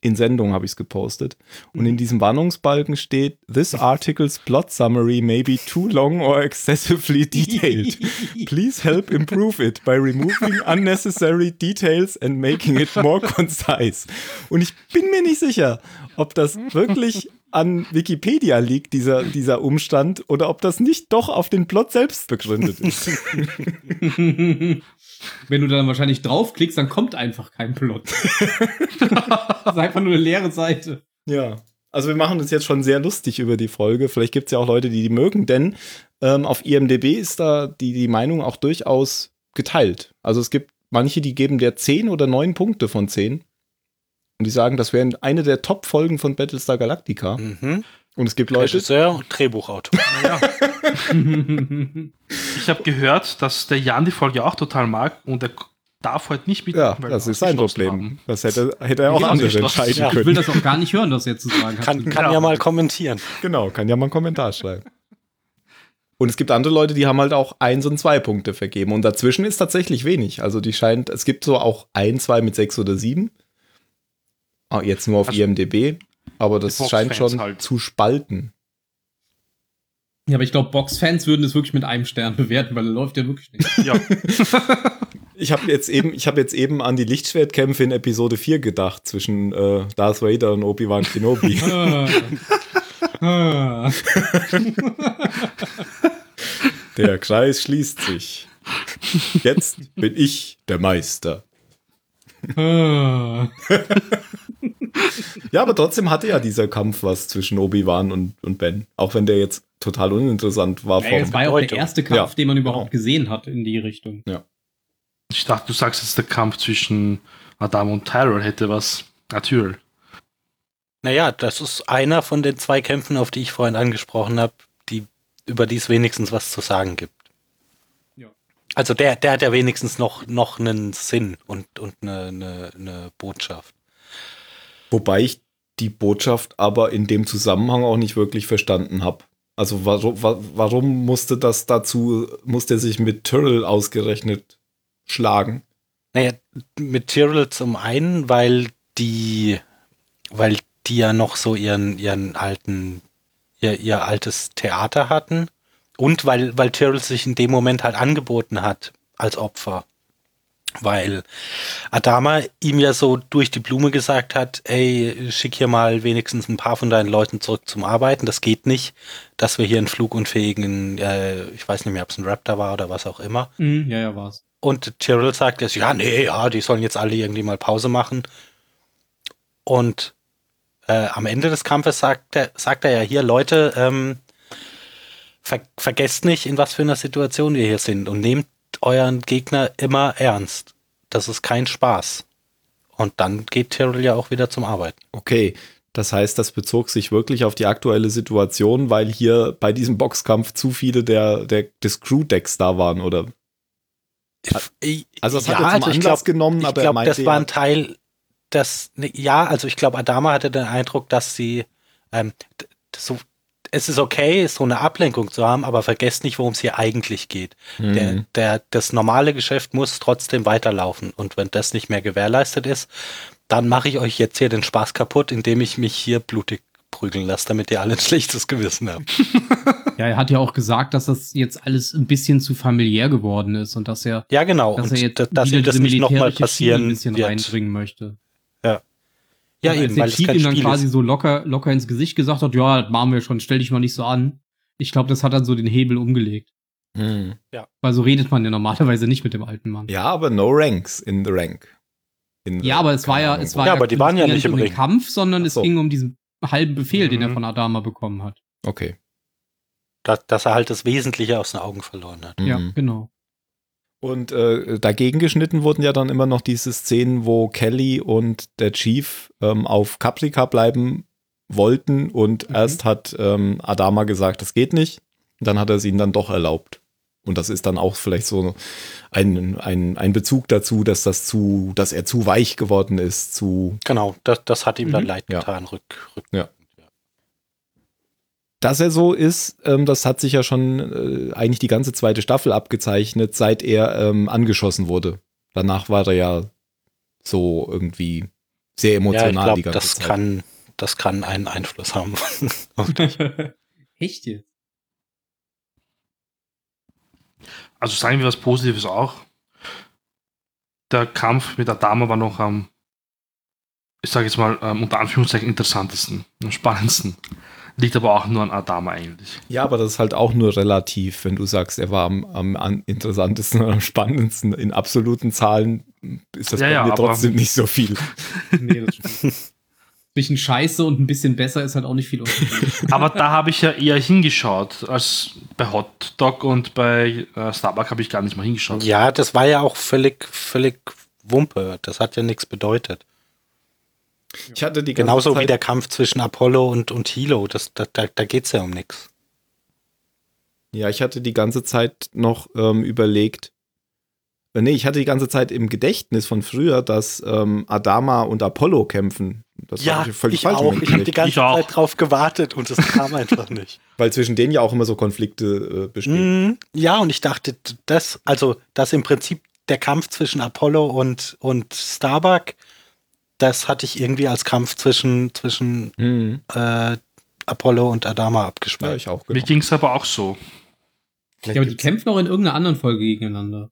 Speaker 2: In Sendung habe ich es gepostet. Und in diesem Warnungsbalken steht: This article's plot summary may be too long or excessively detailed. Please help improve it by removing unnecessary details and making it more concise. Und ich bin mir nicht sicher, ob das wirklich an Wikipedia liegt, dieser, dieser Umstand, oder ob das nicht doch auf den Plot selbst begründet ist.
Speaker 5: Wenn du dann wahrscheinlich draufklickst, dann kommt einfach kein Plot. das ist einfach nur eine leere Seite.
Speaker 2: Ja. Also wir machen uns jetzt schon sehr lustig über die Folge. Vielleicht gibt es ja auch Leute, die die mögen, denn ähm, auf IMDB ist da die, die Meinung auch durchaus geteilt. Also es gibt manche, die geben der 10 oder 9 Punkte von 10. Und die sagen, das wären eine der Top-Folgen von Battlestar Galactica.
Speaker 3: Mhm.
Speaker 2: Und es gibt Leute,
Speaker 3: Regisseur und Drehbuchautor.
Speaker 4: Naja. ich habe gehört, dass der Jan die Folge auch total mag und er darf heute nicht
Speaker 2: ja,
Speaker 4: mitmachen. weil wir
Speaker 2: das ist sein
Speaker 4: ausgeschlossen
Speaker 2: Problem. Das hätte, hätte er auch
Speaker 4: Ja,
Speaker 2: anders
Speaker 4: ausgeschlossen.
Speaker 2: entscheiden
Speaker 3: Ja.
Speaker 5: Ich will
Speaker 2: können.
Speaker 5: das auch gar nicht hören, was er zu sagen hat.
Speaker 3: Kann, kann ja mal kommentieren.
Speaker 2: Genau, kann ja mal einen Kommentar schreiben. Und es gibt andere Leute, die haben halt auch eins und zwei Punkte vergeben. Und dazwischen ist tatsächlich wenig. Also die scheint, es gibt so auch ein, zwei mit sechs oder sieben. Ah, jetzt nur auf
Speaker 4: Also,
Speaker 2: IMDB. Aber das
Speaker 4: Xbox-Fans
Speaker 2: scheint schon
Speaker 4: halt.
Speaker 2: zu spalten.
Speaker 5: Ja, aber ich glaube, Box-Fans würden es wirklich mit einem Stern bewerten, weil er läuft ja wirklich nicht.
Speaker 4: haben. Ja.
Speaker 2: Ich habe jetzt eben, ich habe jetzt eben an die Lichtschwertkämpfe in Episode 4 gedacht zwischen äh, Darth Vader und Obi-Wan Kenobi.
Speaker 5: Ah. Ah.
Speaker 2: Der Kreis schließt sich. Jetzt bin ich der Meister.
Speaker 5: Ah.
Speaker 2: Ja, aber trotzdem hatte ja dieser Kampf was zwischen Obi-Wan und, und Ben. Auch wenn der jetzt total uninteressant war.
Speaker 5: Ey,
Speaker 2: Vom,
Speaker 5: das war ja auch der
Speaker 3: Bedeutung.
Speaker 5: erste Kampf,
Speaker 2: Ja.
Speaker 5: den man überhaupt
Speaker 2: Genau.
Speaker 5: gesehen hat in die Richtung.
Speaker 4: Ich dachte, du sagst jetzt der Kampf zwischen Adam und Tyrell hätte was. Natürlich.
Speaker 3: Naja, das ist einer von den zwei Kämpfen, auf die ich vorhin angesprochen habe, die, über die es wenigstens was zu sagen gibt.
Speaker 5: Ja.
Speaker 3: Also der, der hat ja wenigstens noch, noch einen Sinn und, und eine, eine, eine Botschaft.
Speaker 2: wobei ich die Botschaft aber in dem Zusammenhang auch nicht wirklich verstanden habe. Also warum, wa- warum musste das dazu, musste er sich mit Tyrrell ausgerechnet schlagen?
Speaker 3: Naja, Material zum einen, weil die, weil die ja noch so ihren, ihren alten, ihr, ihr altes Theater hatten und weil, weil Tyrrell sich in dem Moment halt angeboten hat als Opfer. Weil Adama ihm ja so durch die Blume gesagt hat, ey, schick hier mal wenigstens ein paar von deinen Leuten zurück zum Arbeiten. Das geht nicht, dass wir hier einen flugunfähigen, äh, ich weiß nicht mehr, ob es ein Raptor war oder was auch immer,
Speaker 5: Mhm. Ja, ja, war's.
Speaker 3: und Tyrrell sagt jetzt, ja, nee, ja, die sollen jetzt alle irgendwie mal Pause machen. Und äh, am Ende des Kampfes sagt er, sagt er ja hier, Leute, ähm, ver vergesst nicht, in was für einer Situation wir hier sind und nehmt euren Gegner immer ernst. Das ist kein Spaß. Und dann geht Tyrrell ja auch wieder zum Arbeiten.
Speaker 2: Okay, das heißt, das bezog sich wirklich auf die aktuelle Situation, weil hier bei diesem Boxkampf zu viele der, der, des Crew-Decks da waren, oder? Also das hat er zum
Speaker 3: ich
Speaker 2: Anlass
Speaker 3: glaub-
Speaker 2: genommen,
Speaker 3: ich
Speaker 2: Hm, aber er
Speaker 3: glaube,
Speaker 2: meinte
Speaker 3: das war
Speaker 2: ja-
Speaker 3: ein Teil, das, ne, ja, also ich glaube, Adama hatte den Eindruck, dass sie, ähm, d- so, es ist okay, so eine Ablenkung zu haben, aber vergesst nicht, worum es hier eigentlich geht.
Speaker 2: hm, Mhm.
Speaker 3: Der, der, das normale Geschäft muss trotzdem weiterlaufen und wenn das nicht mehr gewährleistet ist, dann mache ich euch jetzt hier den Spaß kaputt, indem ich mich hier blutig prügeln lasse, damit ihr alle ein schlechtes Gewissen habt.
Speaker 5: Ja, er hat ja auch gesagt, dass das jetzt alles ein bisschen zu familiär geworden ist und dass er,
Speaker 3: Ja, genau.
Speaker 5: dass
Speaker 3: und
Speaker 5: er jetzt
Speaker 3: d- dass
Speaker 5: wieder
Speaker 3: ihr das
Speaker 5: diese
Speaker 3: nicht nochmal
Speaker 5: militärische Schiene ein
Speaker 3: passieren
Speaker 5: bisschen
Speaker 3: wird.
Speaker 5: reinbringen möchte.
Speaker 3: Ja,
Speaker 5: Und
Speaker 3: eben, weil
Speaker 5: als der
Speaker 3: es
Speaker 5: Chief
Speaker 3: kein
Speaker 5: ihm dann
Speaker 3: Spiel
Speaker 5: quasi
Speaker 3: ist.
Speaker 5: so locker, locker ins Gesicht gesagt hat, ja, das machen wir schon, stell dich mal nicht so an. Ich glaube, das hat dann so den Hebel umgelegt.
Speaker 2: Mhm.
Speaker 5: Weil so redet man ja normalerweise nicht mit dem alten Mann. Ja,
Speaker 2: Ja, aber no ranks in the rank. In the-
Speaker 5: aber es war ja,
Speaker 2: keine
Speaker 5: es
Speaker 2: Ahnung,
Speaker 5: war
Speaker 3: Ja, aber die waren
Speaker 5: es
Speaker 3: ja
Speaker 5: ging
Speaker 3: nicht im
Speaker 5: um den
Speaker 3: Ring.
Speaker 5: Kampf, sondern
Speaker 2: Ach
Speaker 5: es
Speaker 2: so.
Speaker 5: ging um diesen halben Befehl, den er
Speaker 4: Mhm.
Speaker 5: von Adama bekommen hat.
Speaker 2: wo. Okay.
Speaker 3: dass, dass er halt das Wesentliche aus den Augen verloren hat.
Speaker 5: Ja,
Speaker 2: Mhm.
Speaker 5: genau.
Speaker 2: Und äh, dagegen geschnitten wurden ja dann immer noch diese Szenen, wo Kelly und der Chief ähm, auf Caprica bleiben wollten
Speaker 5: Mhm.
Speaker 2: und erst hat ähm, Adama gesagt, das geht nicht. Und dann hat er es ihnen dann doch erlaubt. Und das ist dann auch vielleicht so ein, ein, ein Bezug dazu, dass das zu, dass er zu weich geworden ist, zu.
Speaker 3: Genau, das, das hat ihm dann leid
Speaker 2: Mhm. Ja.
Speaker 3: getan, rück, rück.
Speaker 2: Ja. Dass er so ist, ähm, das hat sich ja schon äh, eigentlich die ganze zweite Staffel abgezeichnet, seit er ähm, angeschossen wurde. Danach war er ja so irgendwie sehr
Speaker 3: Ja, ich
Speaker 2: emotional
Speaker 3: glaube,
Speaker 2: die ganze
Speaker 3: das
Speaker 2: Zeit.
Speaker 3: kann, das kann einen Einfluss haben.
Speaker 5: Echt jetzt?
Speaker 4: Also sagen wir was Positives auch. Der Kampf mit Adama war noch am, ich sage jetzt mal, ähm, unter Anführungszeichen interessantesten, am spannendsten. Liegt aber auch nur an Adama eigentlich.
Speaker 2: Ja, aber das ist halt auch nur relativ, wenn du sagst, er war am, am an- interessantesten und am spannendsten. In absoluten Zahlen ist das
Speaker 4: Ja,
Speaker 2: bei
Speaker 4: ja,
Speaker 2: mir
Speaker 4: aber-
Speaker 2: trotzdem nicht so viel.
Speaker 5: Nee, das stimmt. Zwischen Scheiße und ein bisschen besser ist halt auch nicht viel Unterschied.
Speaker 4: Aber da habe ich ja eher hingeschaut, als bei Hot Dog und bei äh, Starbuck habe ich gar nicht mal hingeschaut.
Speaker 3: ja, das war ja auch völlig, völlig Wumpe. Das hat ja nichts bedeutet.
Speaker 2: Ich hatte die ganze
Speaker 3: Genauso wie
Speaker 2: Zeit-
Speaker 3: der Kampf zwischen Apollo und, und Hilo. Das, da da, da geht's ja um nichts.
Speaker 2: Ja, ich hatte die ganze Zeit noch ähm, überlegt. Äh, Nee, ich hatte die ganze Zeit im Gedächtnis von früher, dass ähm, Adama und Apollo kämpfen. Das hab falsch
Speaker 3: auch. Ich habe die
Speaker 2: mitgekriegt,
Speaker 3: ganze
Speaker 4: Ich auch.
Speaker 3: Zeit drauf gewartet und es kam einfach nicht.
Speaker 2: weil zwischen denen ja auch immer so Konflikte äh, bestehen.
Speaker 3: Mhm. Ja, und ich dachte, das, also, dass im Prinzip der Kampf zwischen Apollo und, und Starbuck, das hatte ich irgendwie als Kampf zwischen, zwischen
Speaker 2: Mhm.
Speaker 3: äh, Apollo und Adama
Speaker 2: Ja,
Speaker 3: abgespeichert.
Speaker 2: ich auch.
Speaker 4: Mir
Speaker 2: Genau.
Speaker 4: ging es aber auch so.
Speaker 5: ja, aber die kämpfen auch in irgendeiner anderen Folge gegeneinander.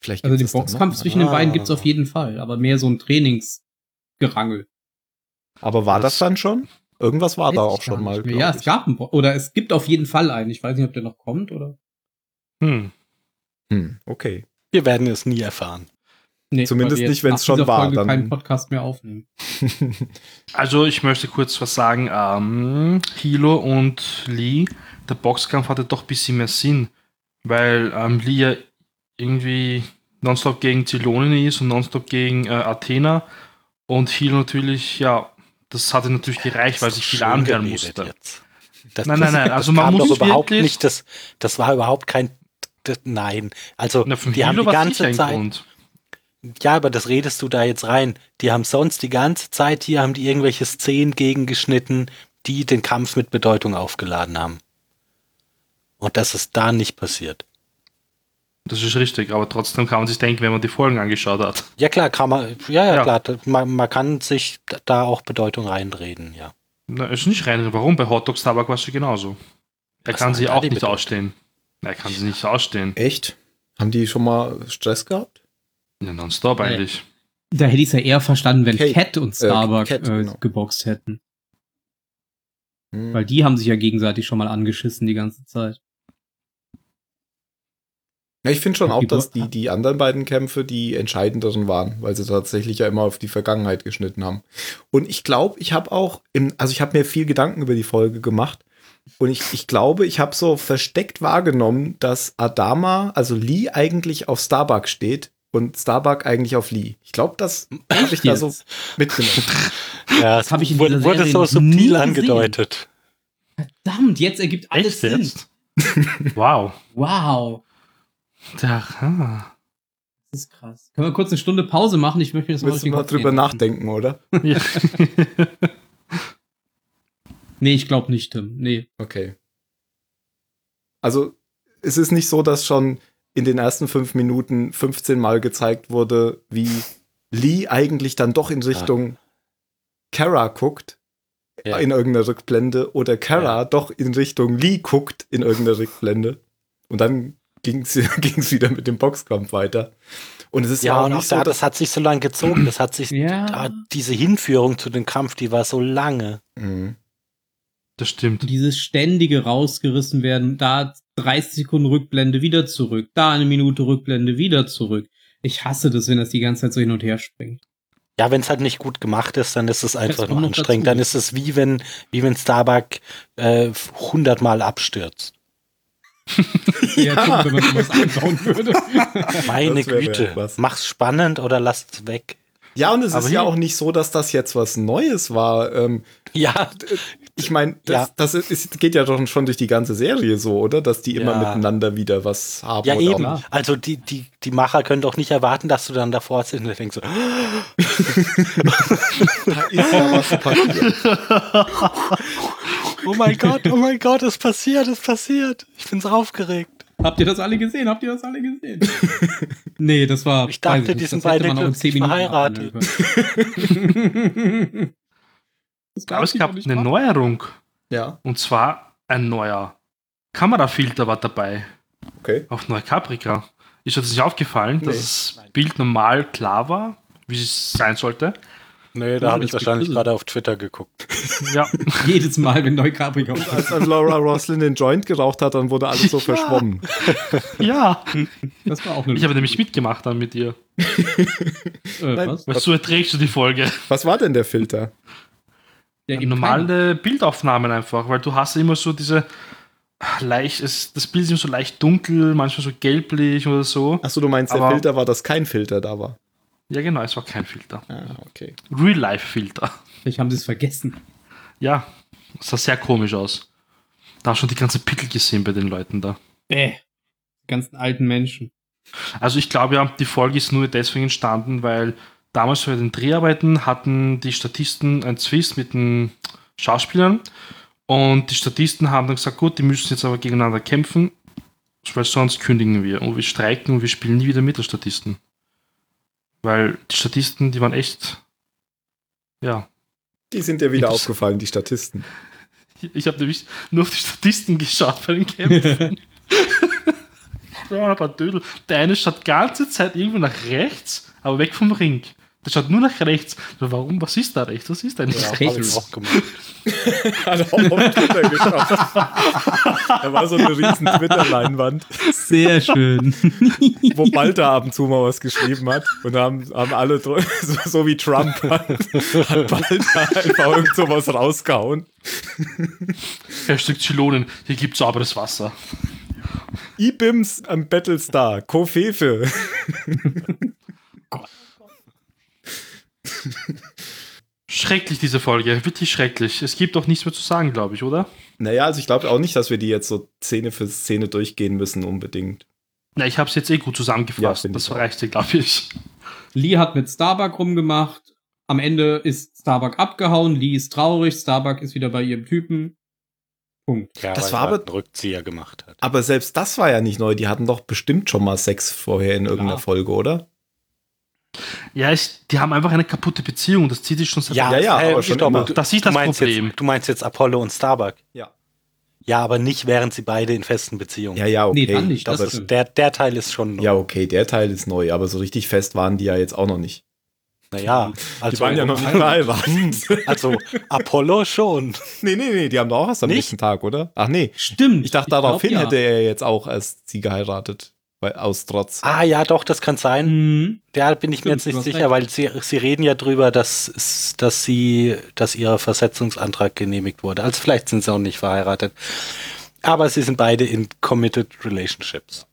Speaker 2: Vielleicht
Speaker 5: Also den
Speaker 2: gibt's das dann
Speaker 5: Boxkampf
Speaker 2: noch.
Speaker 5: zwischen den beiden gibt's
Speaker 3: Ah.
Speaker 5: auf jeden Fall, aber mehr so ein Trainingsgerangel.
Speaker 2: Aber war das
Speaker 4: Das-
Speaker 2: dann schon? Irgendwas war da
Speaker 5: Weiß ich
Speaker 2: auch schon
Speaker 5: gar
Speaker 2: mal.
Speaker 5: nicht mehr.
Speaker 2: glaub
Speaker 5: Ja,
Speaker 2: ich.
Speaker 5: es gab einen Bo oder es gibt auf jeden Fall einen. Ich weiß nicht, ob der noch kommt oder.
Speaker 4: Hm.
Speaker 2: Hm, okay.
Speaker 3: Wir werden es nie erfahren.
Speaker 5: Nee,
Speaker 2: Zumindest
Speaker 5: weil wir jetzt
Speaker 2: nicht, wenn's
Speaker 5: nach
Speaker 2: schon
Speaker 5: dieser
Speaker 2: war,
Speaker 5: Folge
Speaker 2: dann-
Speaker 5: keinen Podcast mehr aufnehmen.
Speaker 4: Also ich möchte kurz was sagen. Ähm, Hilo und Lee, der Boxkampf hatte doch ein bisschen mehr Sinn, weil ähm, Lee ja irgendwie nonstop gegen Zylonini ist und nonstop gegen äh, Athena und Hilo natürlich, ja, das hatte natürlich gereicht, weil sich viel
Speaker 3: Schön
Speaker 4: anhören
Speaker 3: geredet
Speaker 4: musste.
Speaker 3: jetzt. Das,
Speaker 4: Nein, nein, nein,
Speaker 3: das
Speaker 4: also man
Speaker 3: kam
Speaker 4: muss
Speaker 3: doch überhaupt
Speaker 4: wirklich-
Speaker 3: nicht, das, das war überhaupt kein, das, nein. Also,
Speaker 4: Na, für
Speaker 3: die haben
Speaker 4: Hilo
Speaker 3: die
Speaker 4: war
Speaker 3: ganze
Speaker 4: sicher ein
Speaker 3: Zeit,
Speaker 4: Grund.
Speaker 3: Ja, aber das redest du da jetzt rein. Die haben sonst die ganze Zeit hier, haben die irgendwelche Szenen gegengeschnitten, die den Kampf mit Bedeutung aufgeladen haben. Und das ist da nicht passiert.
Speaker 4: Das ist richtig, aber trotzdem kann man sich denken, wenn man die Folgen angeschaut hat.
Speaker 3: Ja klar, kann man, ja, ja,
Speaker 4: Ja.
Speaker 3: klar, da- man, man kann sich da- da auch Bedeutung reinreden, ja.
Speaker 4: Na, ist nicht rein. Warum? Bei Hot Dogs Tabak war es ja genauso. Er
Speaker 3: Was
Speaker 4: kann
Speaker 3: war
Speaker 4: sie
Speaker 3: da
Speaker 4: auch
Speaker 3: die
Speaker 4: nicht
Speaker 3: Bedeutung?
Speaker 4: ausstehen. Na, Er kann sie nicht ausstehen.
Speaker 2: Echt? Haben die schon mal Stress gehabt?
Speaker 4: Ja, nonstop
Speaker 5: Nee.
Speaker 4: eigentlich.
Speaker 5: Da hätte ich es ja eher verstanden, wenn
Speaker 2: Kate-
Speaker 5: Cat und Starbuck äh,
Speaker 2: Cat, genau.
Speaker 5: geboxt hätten.
Speaker 2: Hm.
Speaker 5: Weil die haben sich ja gegenseitig schon mal angeschissen die ganze Zeit.
Speaker 2: Ja, ich finde schon
Speaker 5: Hat
Speaker 2: auch,
Speaker 5: die
Speaker 2: dass
Speaker 5: Bo-
Speaker 2: die, die anderen beiden Kämpfe die entscheidenderen waren, weil sie tatsächlich ja immer auf die Vergangenheit geschnitten haben. Und ich glaube, ich habe auch, im, also ich habe mir viel Gedanken über die Folge gemacht. Und ich, ich glaube, ich habe so versteckt wahrgenommen, dass Adama, also Lee, eigentlich auf Starbuck steht und Starbuck eigentlich auf Lee. Ich glaube, das habe ich da
Speaker 5: jetzt?
Speaker 2: so mitgenommen.
Speaker 3: Ja,
Speaker 5: Das hab ich in
Speaker 3: wurde,
Speaker 5: dieser
Speaker 3: wurde
Speaker 5: Serie
Speaker 3: so
Speaker 5: noch nie
Speaker 3: subtil
Speaker 5: gesehen.
Speaker 3: angedeutet.
Speaker 5: Verdammt, jetzt ergibt alles Sinn.
Speaker 4: wow.
Speaker 5: Wow.
Speaker 4: Der, ah.
Speaker 5: Das ist krass. Können wir kurz eine Stunde Pause machen? Ich möchte mir das mal
Speaker 2: Müssen
Speaker 5: durch den
Speaker 2: wir mal
Speaker 5: Kopf
Speaker 2: drüber
Speaker 5: gehen lassen.
Speaker 2: nachdenken, oder?
Speaker 4: ja.
Speaker 5: Nee, ich glaube nicht, Tim. Nee.
Speaker 2: Okay. Also es ist nicht so, dass schon in den ersten fünf Minuten 15 Mal gezeigt wurde, wie Lee eigentlich dann doch in
Speaker 3: Ah.
Speaker 2: Richtung Kara guckt
Speaker 3: Ja.
Speaker 2: in irgendeiner Rückblende oder Kara doch in Richtung Lee guckt in irgendeiner Rückblende. Und dann ging es wieder mit dem Boxkampf weiter. Und es ist
Speaker 3: Ja,
Speaker 2: ja, auch
Speaker 3: und auch
Speaker 2: nicht so,
Speaker 3: da,
Speaker 2: dass...
Speaker 3: das hat sich so lange gezogen, das hat sich,
Speaker 5: Ja.
Speaker 3: da, diese Hinführung zu dem Kampf, die war so lange.
Speaker 2: Mhm.
Speaker 4: Das stimmt.
Speaker 5: Dieses ständige rausgerissen werden, da 30 Sekunden Rückblende wieder zurück, da eine Minute Rückblende wieder zurück. Ich hasse das, wenn das die ganze Zeit so hin und her springt.
Speaker 3: Ja, wenn es halt nicht gut gemacht ist, dann ist es einfach
Speaker 5: kommt
Speaker 3: nur
Speaker 5: noch
Speaker 3: anstrengend.
Speaker 5: dazu.
Speaker 3: Dann ist es wie wenn, wie wenn Starbuck äh, 100 Mal abstürzt.
Speaker 5: Ja. Dumm, wenn man sowas einbauen würde.
Speaker 3: Meine
Speaker 2: Das wäre
Speaker 3: Güte,
Speaker 2: was.
Speaker 3: mach's spannend oder lass es weg.
Speaker 2: ja, und es
Speaker 4: Aber
Speaker 2: ist ja
Speaker 4: hier-
Speaker 2: auch nicht so, dass das jetzt was Neues war. Ähm,
Speaker 3: Ja,
Speaker 2: Ich meine, das,
Speaker 3: Ja.
Speaker 2: das ist, ist- geht ja doch schon durch die ganze Serie so, oder? Dass die immer
Speaker 3: Ja.
Speaker 2: miteinander wieder was haben.
Speaker 3: Ja,
Speaker 2: oder
Speaker 3: eben.
Speaker 2: Auch,
Speaker 3: Also die, die, die Macher können doch nicht erwarten, dass du dann davor sitzt und denkst so,
Speaker 2: da ist ja was passiert.
Speaker 3: oh mein Gott, oh mein Gott, es passiert, es passiert. Ich bin so aufgeregt.
Speaker 5: Habt ihr das alle gesehen? Habt ihr das alle gesehen? nee, das war.
Speaker 3: Ich dachte,
Speaker 5: weiß nicht,
Speaker 3: die sind
Speaker 5: das hätte
Speaker 3: beide
Speaker 5: man noch in
Speaker 3: glücklich
Speaker 5: 10 Minuten
Speaker 3: verheiratet.
Speaker 5: abhandeln können. Das
Speaker 4: Aber es
Speaker 5: ich
Speaker 4: gab
Speaker 5: doch nicht
Speaker 4: eine
Speaker 5: machen.
Speaker 4: Neuerung.
Speaker 2: Ja,
Speaker 4: Und zwar ein neuer Kamerafilter war dabei
Speaker 2: okay.
Speaker 4: auf Neu Caprica. Ist euch das nicht aufgefallen,
Speaker 2: Nee.
Speaker 4: dass das Bild normal klar war, wie es sein sollte?
Speaker 3: Nee,
Speaker 5: da hab ich wahrscheinlich gerade
Speaker 3: auf Twitter geguckt.
Speaker 4: Ja.
Speaker 5: Jedes Mal, wenn Neukaprika
Speaker 2: Und als dann Laura Roslin den Joint geraucht hat, dann wurde alles so
Speaker 4: Ja.
Speaker 2: verschwommen.
Speaker 4: ja.
Speaker 5: Das war auch eine.
Speaker 4: Ich habe nämlich mitgemacht dann mit dir.
Speaker 5: äh,
Speaker 2: Nein.
Speaker 5: was?
Speaker 4: Weil so erträgst du die Folge.
Speaker 2: Was war denn der Filter?
Speaker 5: Der eben keinen-
Speaker 4: normale Bildaufnahmen einfach, weil du hast ja immer so diese ah, leicht, es, das Bild ist immer so leicht dunkel, manchmal so gelblich oder so.
Speaker 2: Achso, du meinst, der
Speaker 4: Aber-
Speaker 2: Filter war, dass kein Filter da war.
Speaker 4: Ja, genau, es war kein Filter.
Speaker 2: Ah, okay.
Speaker 4: Real-Life-Filter.
Speaker 5: Vielleicht haben sie es vergessen.
Speaker 4: Ja, es sah sehr komisch aus. Da hast du schon die ganzen Pickel gesehen bei den Leuten da.
Speaker 5: Äh. Die ganzen alten Menschen.
Speaker 4: Also ich glaube ja, die Folge ist nur deswegen entstanden, weil damals bei den Dreharbeiten hatten die Statisten einen Zwist mit den Schauspielern und die Statisten haben dann gesagt, gut, die müssen jetzt aber gegeneinander kämpfen, weil sonst kündigen wir und wir streiken und wir spielen nie wieder mit den Statisten. Weil die Statisten, die waren echt, ja,
Speaker 2: Die sind dir wieder
Speaker 4: Ich-
Speaker 2: aufgefallen, die Statisten.
Speaker 4: ich habe nämlich nur auf die Statisten geschaut bei den Kämpfen. Da waren ein paar Dödel. Der eine schaut ganze Zeit irgendwo nach rechts, aber weg vom Ring. Der schaut nur nach rechts. So, warum? Was ist da rechts? Was ist da nicht?
Speaker 3: Ja, hab
Speaker 5: Regel.
Speaker 3: ich auch gemacht.
Speaker 2: Hat auch auf Twitter geschaut. Da war so eine riesen Twitter-Leinwand,
Speaker 5: Sehr schön.
Speaker 2: wo Balter ab und zu mal was geschrieben hat. Und haben, haben alle, dr- so, so wie Trump, hat, hat Balter einfach irgend sowas rausgehauen.
Speaker 4: Hashtag Chilonen. Hier gibt sauberes Wasser.
Speaker 2: Ibims am Battlestar, Kofefe.
Speaker 4: Schrecklich, diese Folge. Wirklich schrecklich. Es gibt auch nichts mehr zu sagen, glaube ich, oder?
Speaker 2: Naja, also ich glaube auch nicht, dass wir die jetzt so Szene für Szene durchgehen müssen unbedingt.
Speaker 4: Na, ich habe es jetzt eh gut
Speaker 2: Ja,
Speaker 4: zusammengefasst.
Speaker 2: finde ich
Speaker 4: das
Speaker 2: auch.
Speaker 4: reicht dir, glaube ich.
Speaker 5: Lee hat mit Starbuck rumgemacht. Am Ende ist Starbuck abgehauen. Lee ist traurig. Starbuck ist wieder bei ihrem Typen. Punkt.
Speaker 3: Ja,
Speaker 2: Das
Speaker 3: weil
Speaker 2: war
Speaker 3: er
Speaker 2: aber-
Speaker 3: einen Rückzieher gemacht hat.
Speaker 2: Aber selbst das war ja nicht neu. Die hatten doch bestimmt schon mal Sex vorher in irgendeiner
Speaker 5: Klar.
Speaker 2: Folge, oder?
Speaker 4: Ja, ich, die haben einfach eine kaputte Beziehung. Das zieht sich schon seit
Speaker 2: ja, ja,
Speaker 3: äh,
Speaker 2: aber schon
Speaker 3: stopp,
Speaker 2: immer.
Speaker 4: Das ist
Speaker 3: du
Speaker 4: das
Speaker 3: meinst
Speaker 4: Problem.
Speaker 3: Jetzt, du meinst jetzt Apollo und Starbuck?
Speaker 2: Ja.
Speaker 3: Ja, aber nicht während sie beide in festen Beziehungen.
Speaker 2: Ja, ja, okay.
Speaker 5: Nee, dann nicht.
Speaker 2: Aber
Speaker 5: Das
Speaker 3: das
Speaker 5: stimmt.
Speaker 3: ist, der, der Teil ist schon.
Speaker 2: Ja, okay, der Teil ist neu, aber so richtig fest waren die ja jetzt auch noch nicht.
Speaker 3: Naja, also,
Speaker 2: verheiratet.
Speaker 3: also Apollo schon.
Speaker 2: nee, nee, nee, die haben doch auch erst am
Speaker 3: Nicht?
Speaker 2: nächsten Tag, oder? Ach nee,
Speaker 5: Stimmt.
Speaker 2: ich dachte, daraufhin
Speaker 5: glaub,
Speaker 2: hätte er jetzt auch erst sie geheiratet. Weil, aus Trotz.
Speaker 3: Ah ja, doch, das kann sein.
Speaker 5: Mhm.
Speaker 3: Da bin ich mir jetzt
Speaker 5: Stimmt,
Speaker 3: nicht
Speaker 5: du hast
Speaker 3: sicher, weil sie, sie reden ja drüber, dass, es- dass sie, dass ihr Versetzungsantrag genehmigt wurde. Also vielleicht sind sie auch nicht verheiratet. Aber sie sind beide in committed relationships.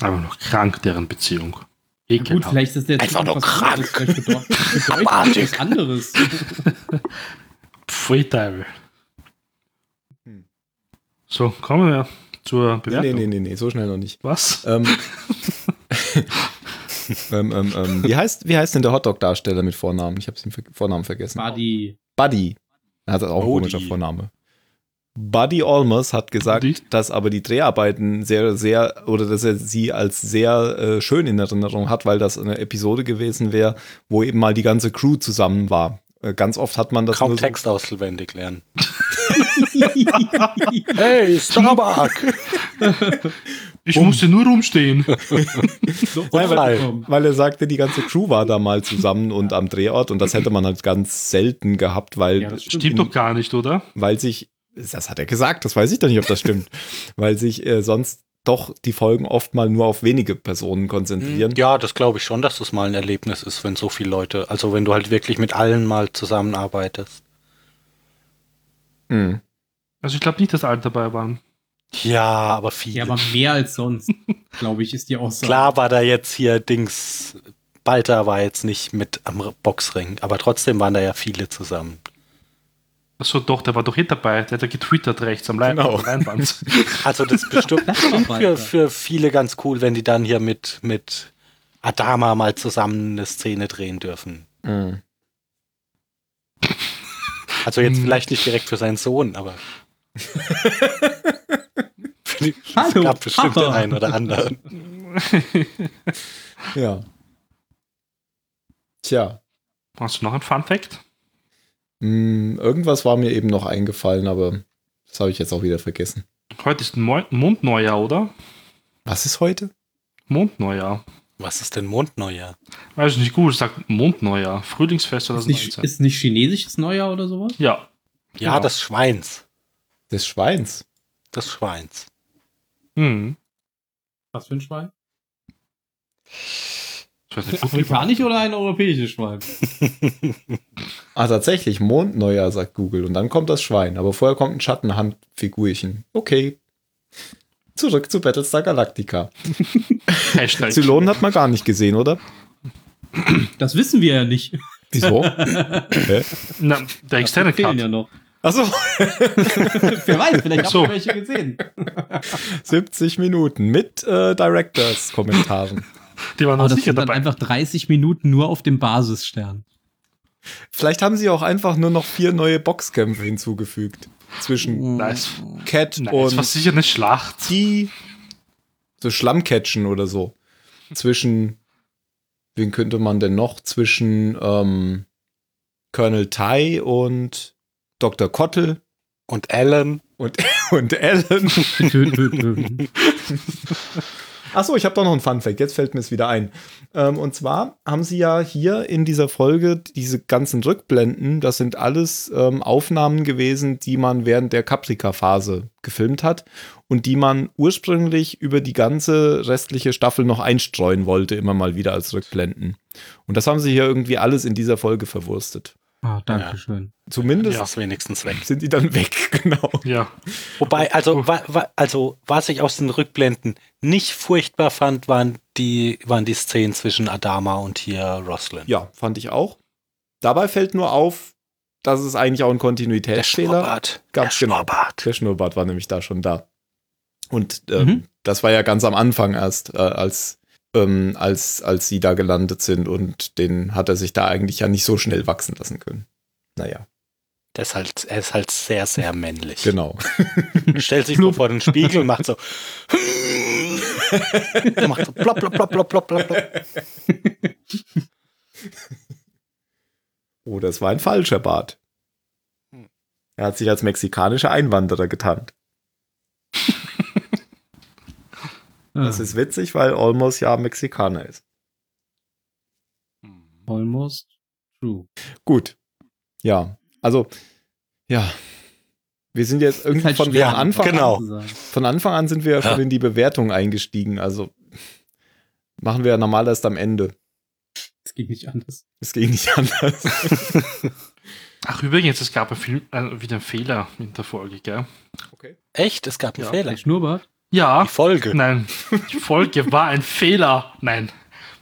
Speaker 4: Aber noch krank, deren Beziehung.
Speaker 5: Ja, gut,
Speaker 4: Ekelhaft.
Speaker 5: vielleicht ist der
Speaker 3: Einfach
Speaker 5: Typ
Speaker 3: nur
Speaker 5: was anderes.
Speaker 3: krank.
Speaker 5: Vielleicht bedeutet- bedeutet das was anderes.
Speaker 4: Freetime.
Speaker 5: Hm.
Speaker 4: So, kommen wir zur
Speaker 2: nee, nee,
Speaker 4: Bewertung.
Speaker 2: nee, nee, nee, so schnell noch nicht.
Speaker 4: Was?
Speaker 2: Ähm, ähm, ähm, ähm, wie, heißt, wie heißt denn der Hotdog-Darsteller mit Vornamen? Ich habe den Ver Vornamen vergessen.
Speaker 5: Buddy.
Speaker 2: Buddy. Er hat auch einen
Speaker 3: Buddy.
Speaker 2: komischer Vorname. Buddy Olmos hat gesagt,
Speaker 4: Buddy.
Speaker 2: dass aber die Dreharbeiten sehr, sehr, oder dass er sie als sehr äh, schön in Erinnerung hat, weil das eine Episode gewesen wäre, wo eben mal die ganze Crew zusammen war. Äh, ganz oft hat man das
Speaker 3: Kaum
Speaker 2: nur so,
Speaker 3: Text auswendig lernen.
Speaker 5: Wie
Speaker 3: Hey, Starbuck!
Speaker 4: Ich
Speaker 5: Um.
Speaker 4: musste nur rumstehen.
Speaker 3: Nein,
Speaker 2: weil er sagte, die ganze Crew war da mal zusammen und am Drehort und das hätte man halt ganz selten gehabt, weil
Speaker 5: Ja, das stimmt.
Speaker 4: Stimmt doch gar nicht, oder?
Speaker 2: weil sich, das hat er gesagt, das weiß ich doch nicht, ob das stimmt, weil sich äh, sonst doch die Folgen oft mal nur auf wenige Personen konzentrieren.
Speaker 3: Ja, das glaube ich schon, dass das mal ein Erlebnis ist, wenn so viele Leute, also wenn du halt wirklich mit allen mal zusammenarbeitest.
Speaker 2: Mhm.
Speaker 4: Also ich glaube nicht, dass alle dabei waren.
Speaker 3: Ja, aber viel.
Speaker 5: Ja, aber mehr als sonst, glaube ich, ist die Aussage.
Speaker 3: Klar war da jetzt hier Dings Balta war jetzt nicht mit am Boxring, aber trotzdem waren da ja viele zusammen.
Speaker 4: Achso, doch, der war doch eh dabei. Der hat ja getwittert rechts am Lein-
Speaker 2: Genau.
Speaker 4: am Leinwand.
Speaker 3: Also das ist bestimmt
Speaker 6: Das war
Speaker 3: für,
Speaker 6: Balta.
Speaker 3: für viele ganz cool, wenn die dann hier mit, mit Adama mal zusammen eine Szene drehen dürfen.
Speaker 2: Mhm.
Speaker 3: Also jetzt
Speaker 4: Hm.
Speaker 3: vielleicht nicht direkt für seinen Sohn, aber für die, es
Speaker 6: Hallo,
Speaker 3: gab bestimmt
Speaker 6: Papa.
Speaker 3: den einen oder anderen.
Speaker 2: Ja. Tja.
Speaker 4: Hast du noch ein Fun-Fact?
Speaker 2: Hm, irgendwas war mir eben noch eingefallen, aber das habe ich jetzt auch wieder vergessen.
Speaker 4: Heute ist Mo- Mondneujahr, oder?
Speaker 2: Was ist heute?
Speaker 4: Mondneujahr.
Speaker 3: Was ist denn Mondneujahr?
Speaker 4: Weiß nicht gut, sagt Mondneujahr. Frühlingsfest
Speaker 5: Ist nicht,
Speaker 4: 2019.
Speaker 5: ist nicht chinesisches Neujahr oder sowas?
Speaker 4: Ja.
Speaker 3: Ja,
Speaker 4: Genau.
Speaker 3: das Schweins.
Speaker 2: Des Schweins.
Speaker 3: Das Schweins.
Speaker 4: Hm.
Speaker 5: Was für ein Schwein?
Speaker 4: Ich weiß
Speaker 5: Ein
Speaker 4: nicht, Google-
Speaker 5: afrikanisch oder ein europäisches Schwein?
Speaker 2: Ah, tatsächlich, Mondneujahr, sagt Google. Und dann kommt das Schwein. Aber vorher kommt ein Schattenhandfigurchen. Okay. Zurück zu Battlestar Galactica.
Speaker 4: Hashtag.
Speaker 2: Zylon hat man gar nicht gesehen, oder?
Speaker 5: Das wissen wir ja nicht.
Speaker 2: Wieso?
Speaker 4: Na, der externe
Speaker 5: fehlen
Speaker 4: Cut.
Speaker 5: ja noch.
Speaker 2: Achso,
Speaker 5: Wer weiß, vielleicht
Speaker 4: So.
Speaker 5: haben wir welche gesehen.
Speaker 2: 70 Minuten mit äh, Directors-Kommentaren.
Speaker 4: Die waren
Speaker 5: Aber
Speaker 4: auch
Speaker 5: das
Speaker 4: sicher
Speaker 5: sind dann
Speaker 4: dabei.
Speaker 5: einfach 30 Minuten nur auf dem Basisstern.
Speaker 2: Vielleicht haben sie auch einfach nur noch vier neue Boxkämpfe hinzugefügt. Zwischen
Speaker 4: Nice.
Speaker 2: Cat
Speaker 4: Nein, es war
Speaker 2: und
Speaker 4: sicher eine Schlacht.
Speaker 2: die. So Schlammcatchen oder so. Zwischen. Wen könnte man denn noch? Zwischen ähm, Colonel Tai und Dr. Kottel
Speaker 3: Und Alan.
Speaker 2: und, und Alan. Achso, ich habe doch noch einen Funfact. Jetzt fällt mir es wieder ein. Ähm, und zwar haben sie ja hier in dieser Folge diese ganzen Rückblenden, das sind alles ähm, Aufnahmen gewesen, die man während der Caprica-Phase gefilmt hat und die man ursprünglich über die ganze restliche Staffel noch einstreuen wollte, immer mal wieder als Rückblenden. Und das haben sie hier irgendwie alles in dieser Folge verwurstet.
Speaker 5: ah, Dankeschön.
Speaker 2: Zumindest
Speaker 3: Das ist wenigstens weg.
Speaker 2: sind die dann weg, genau.
Speaker 4: Ja.
Speaker 3: Wobei, also, wa, wa, also, was ich aus den Rückblenden nicht furchtbar fand, waren die, waren die Szenen zwischen Adama und hier Roslyn.
Speaker 2: Ja, fand ich auch. Dabei fällt nur auf, dass es eigentlich auch ein Kontinuitätsfehler
Speaker 3: Der
Speaker 2: Ganz genau.
Speaker 3: Schnurrbart.
Speaker 2: Der Schnurrbart war nämlich da schon da. Und ähm,
Speaker 5: Mhm.
Speaker 2: das war ja ganz am Anfang erst, äh, als, ähm, als, als sie da gelandet sind und den hat er sich da eigentlich ja nicht so schnell wachsen lassen können. Naja,
Speaker 3: Der ist halt, er ist halt sehr, sehr männlich.
Speaker 2: genau.
Speaker 3: Stellt sich so vor den Spiegel und macht so. Der macht so plopp, plopp, plopp, plopp, plopp, plopp, plopp.
Speaker 2: Oh, das war ein falscher Bart. Er hat sich als mexikanischer Einwanderer getarnt.
Speaker 5: Ah,
Speaker 2: Das ist witzig, weil Olmos ja Mexikaner ist.
Speaker 5: Almost true.
Speaker 2: Gut. Ja, also, ja. Wir sind jetzt irgendwie
Speaker 5: halt
Speaker 2: von, von
Speaker 5: schwer,
Speaker 2: Anfang an
Speaker 3: genau.
Speaker 2: Von Anfang an sind wir ja schon
Speaker 3: Ja.
Speaker 2: in die Bewertung eingestiegen. Also machen wir ja normal erst am Ende.
Speaker 5: Das geht nicht anders.
Speaker 2: Es ging nicht anders.
Speaker 4: Ach, übrigens, es gab ein Film, äh, wieder einen Fehler in der Folge, gell?
Speaker 3: Echt? Es gab einen
Speaker 4: Ja.
Speaker 3: Fehler.
Speaker 5: Der Schnurrbart?
Speaker 4: Ja.
Speaker 3: Die Folge.
Speaker 4: Nein, die Folge war ein Fehler. Nein.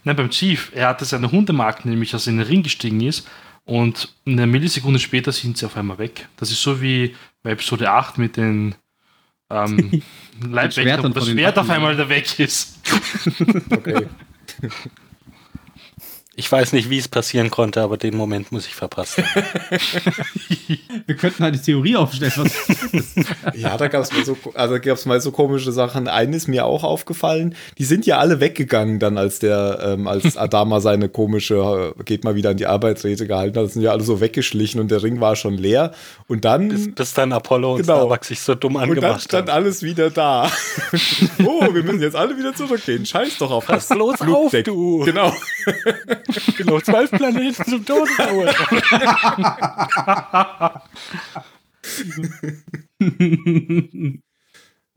Speaker 4: Nein, beim Chief. Er hatte seine Hundemarken, nämlich als er in den Ring gestiegen ist. Und eine Millisekunde später sind sie auf einmal weg. Das ist so wie bei Episode 8 mit den ähm, Leibwächtern,
Speaker 5: Schwertern
Speaker 4: wo
Speaker 5: von
Speaker 4: das
Speaker 5: den
Speaker 4: Schwert auf
Speaker 5: Wachen.
Speaker 4: einmal da weg ist.
Speaker 2: Okay.
Speaker 3: Ich weiß nicht, wie es passieren konnte, aber den Moment muss ich verpassen.
Speaker 5: Wir könnten halt die Theorie aufstellen. Was
Speaker 2: Ja, da gab es mal, so, also gab's mal so komische Sachen. Eine ist mir auch aufgefallen. Die sind ja alle weggegangen dann, als der, ähm, als Adama seine komische äh, geht mal wieder an die Arbeitsrede gehalten hat. Sind ja alle so weggeschlichen und der Ring war schon leer. Und dann
Speaker 3: Bis, bis dann Apollo und
Speaker 2: Genau.
Speaker 3: Starbuck sich so dumm
Speaker 2: und dann
Speaker 3: angemacht
Speaker 2: stand
Speaker 3: haben.
Speaker 2: alles wieder da. oh, wir müssen jetzt alle wieder zurückgehen. Scheiß doch auf das
Speaker 3: Pass bloß auf,
Speaker 2: Flugdeck.
Speaker 3: du!
Speaker 2: Genau.
Speaker 3: Genau, zwölf Planeten zum Tod verurteilt.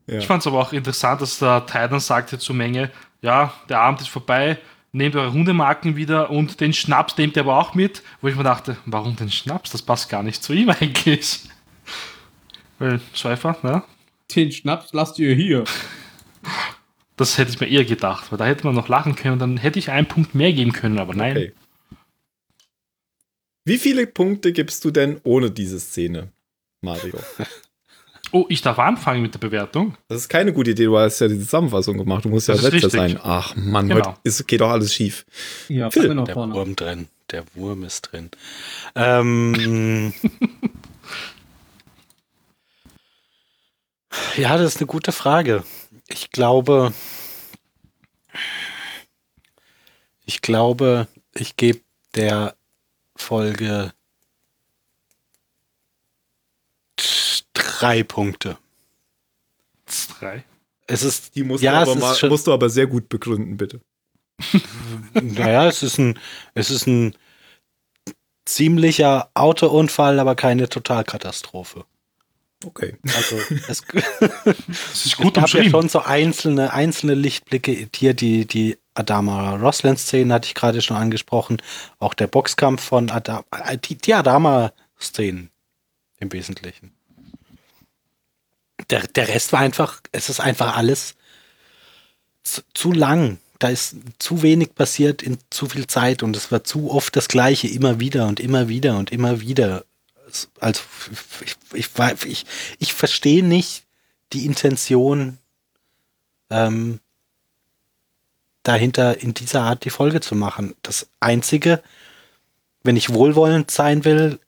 Speaker 2: Ja.
Speaker 4: Ich fand es aber auch interessant, dass der Titan sagte zur Menge, ja, der Abend ist vorbei, nehmt eure Hundemarken wieder und den Schnaps nehmt ihr aber auch mit, wo ich mir dachte, warum den Schnaps? Das passt gar nicht zu ihm eigentlich. Weil Schäufer, ne?
Speaker 5: den Schnaps lasst ihr hier.
Speaker 4: Das hätte ich mir eher gedacht, weil da hätte man noch lachen können und dann hätte ich einen Punkt mehr geben können, aber nein.
Speaker 2: Okay. Wie viele Punkte gibst du denn ohne diese Szene, Mario?
Speaker 4: Oh, ich darf anfangen mit der Bewertung.
Speaker 2: Das ist keine gute Idee, du hast ja die Zusammenfassung gemacht. Du musst ja
Speaker 4: Das ist
Speaker 2: letzter
Speaker 4: richtig.
Speaker 2: sein. Ach Mann,
Speaker 4: Genau.
Speaker 2: heute ist, geht doch alles schief.
Speaker 5: Ja,
Speaker 2: Phil,
Speaker 5: genau
Speaker 3: Der
Speaker 5: vorne.
Speaker 3: Wurm drin. Der Wurm ist drin. Ähm, ja, das ist eine gute Frage. Ich glaube, ich glaube, ich gebe der Folge drei Punkte.
Speaker 4: Drei.
Speaker 3: Es ist
Speaker 2: Die musst,
Speaker 3: Ja,
Speaker 2: du,
Speaker 3: es
Speaker 2: aber
Speaker 3: ist
Speaker 2: mal,
Speaker 3: schon-
Speaker 2: musst du aber sehr gut begründen, bitte.
Speaker 3: Naja, es ist ein, es ist ein ziemlicher Autounfall, aber keine Totalkatastrophe.
Speaker 2: Okay.
Speaker 3: Also es,
Speaker 4: Das ist
Speaker 3: es
Speaker 4: gut
Speaker 3: gab ja
Speaker 4: umschrieben.
Speaker 3: schon so einzelne, einzelne Lichtblicke. Hier die, die Adama Rossland-Szene hatte ich gerade schon angesprochen. Auch der Boxkampf von Adama, äh, die, die Adama-Szenen im Wesentlichen. Der, der Rest war einfach, es ist einfach alles zu, zu lang. Da ist zu wenig passiert in zu viel Zeit und es war zu oft das Gleiche immer wieder und immer wieder und immer wieder. Es- Also ich, ich, wei- ich, ich verstehe nicht die Intention ähm, dahinter, in dieser Art die Folge zu machen. Das Einzige, wenn ich wohlwollend sein will,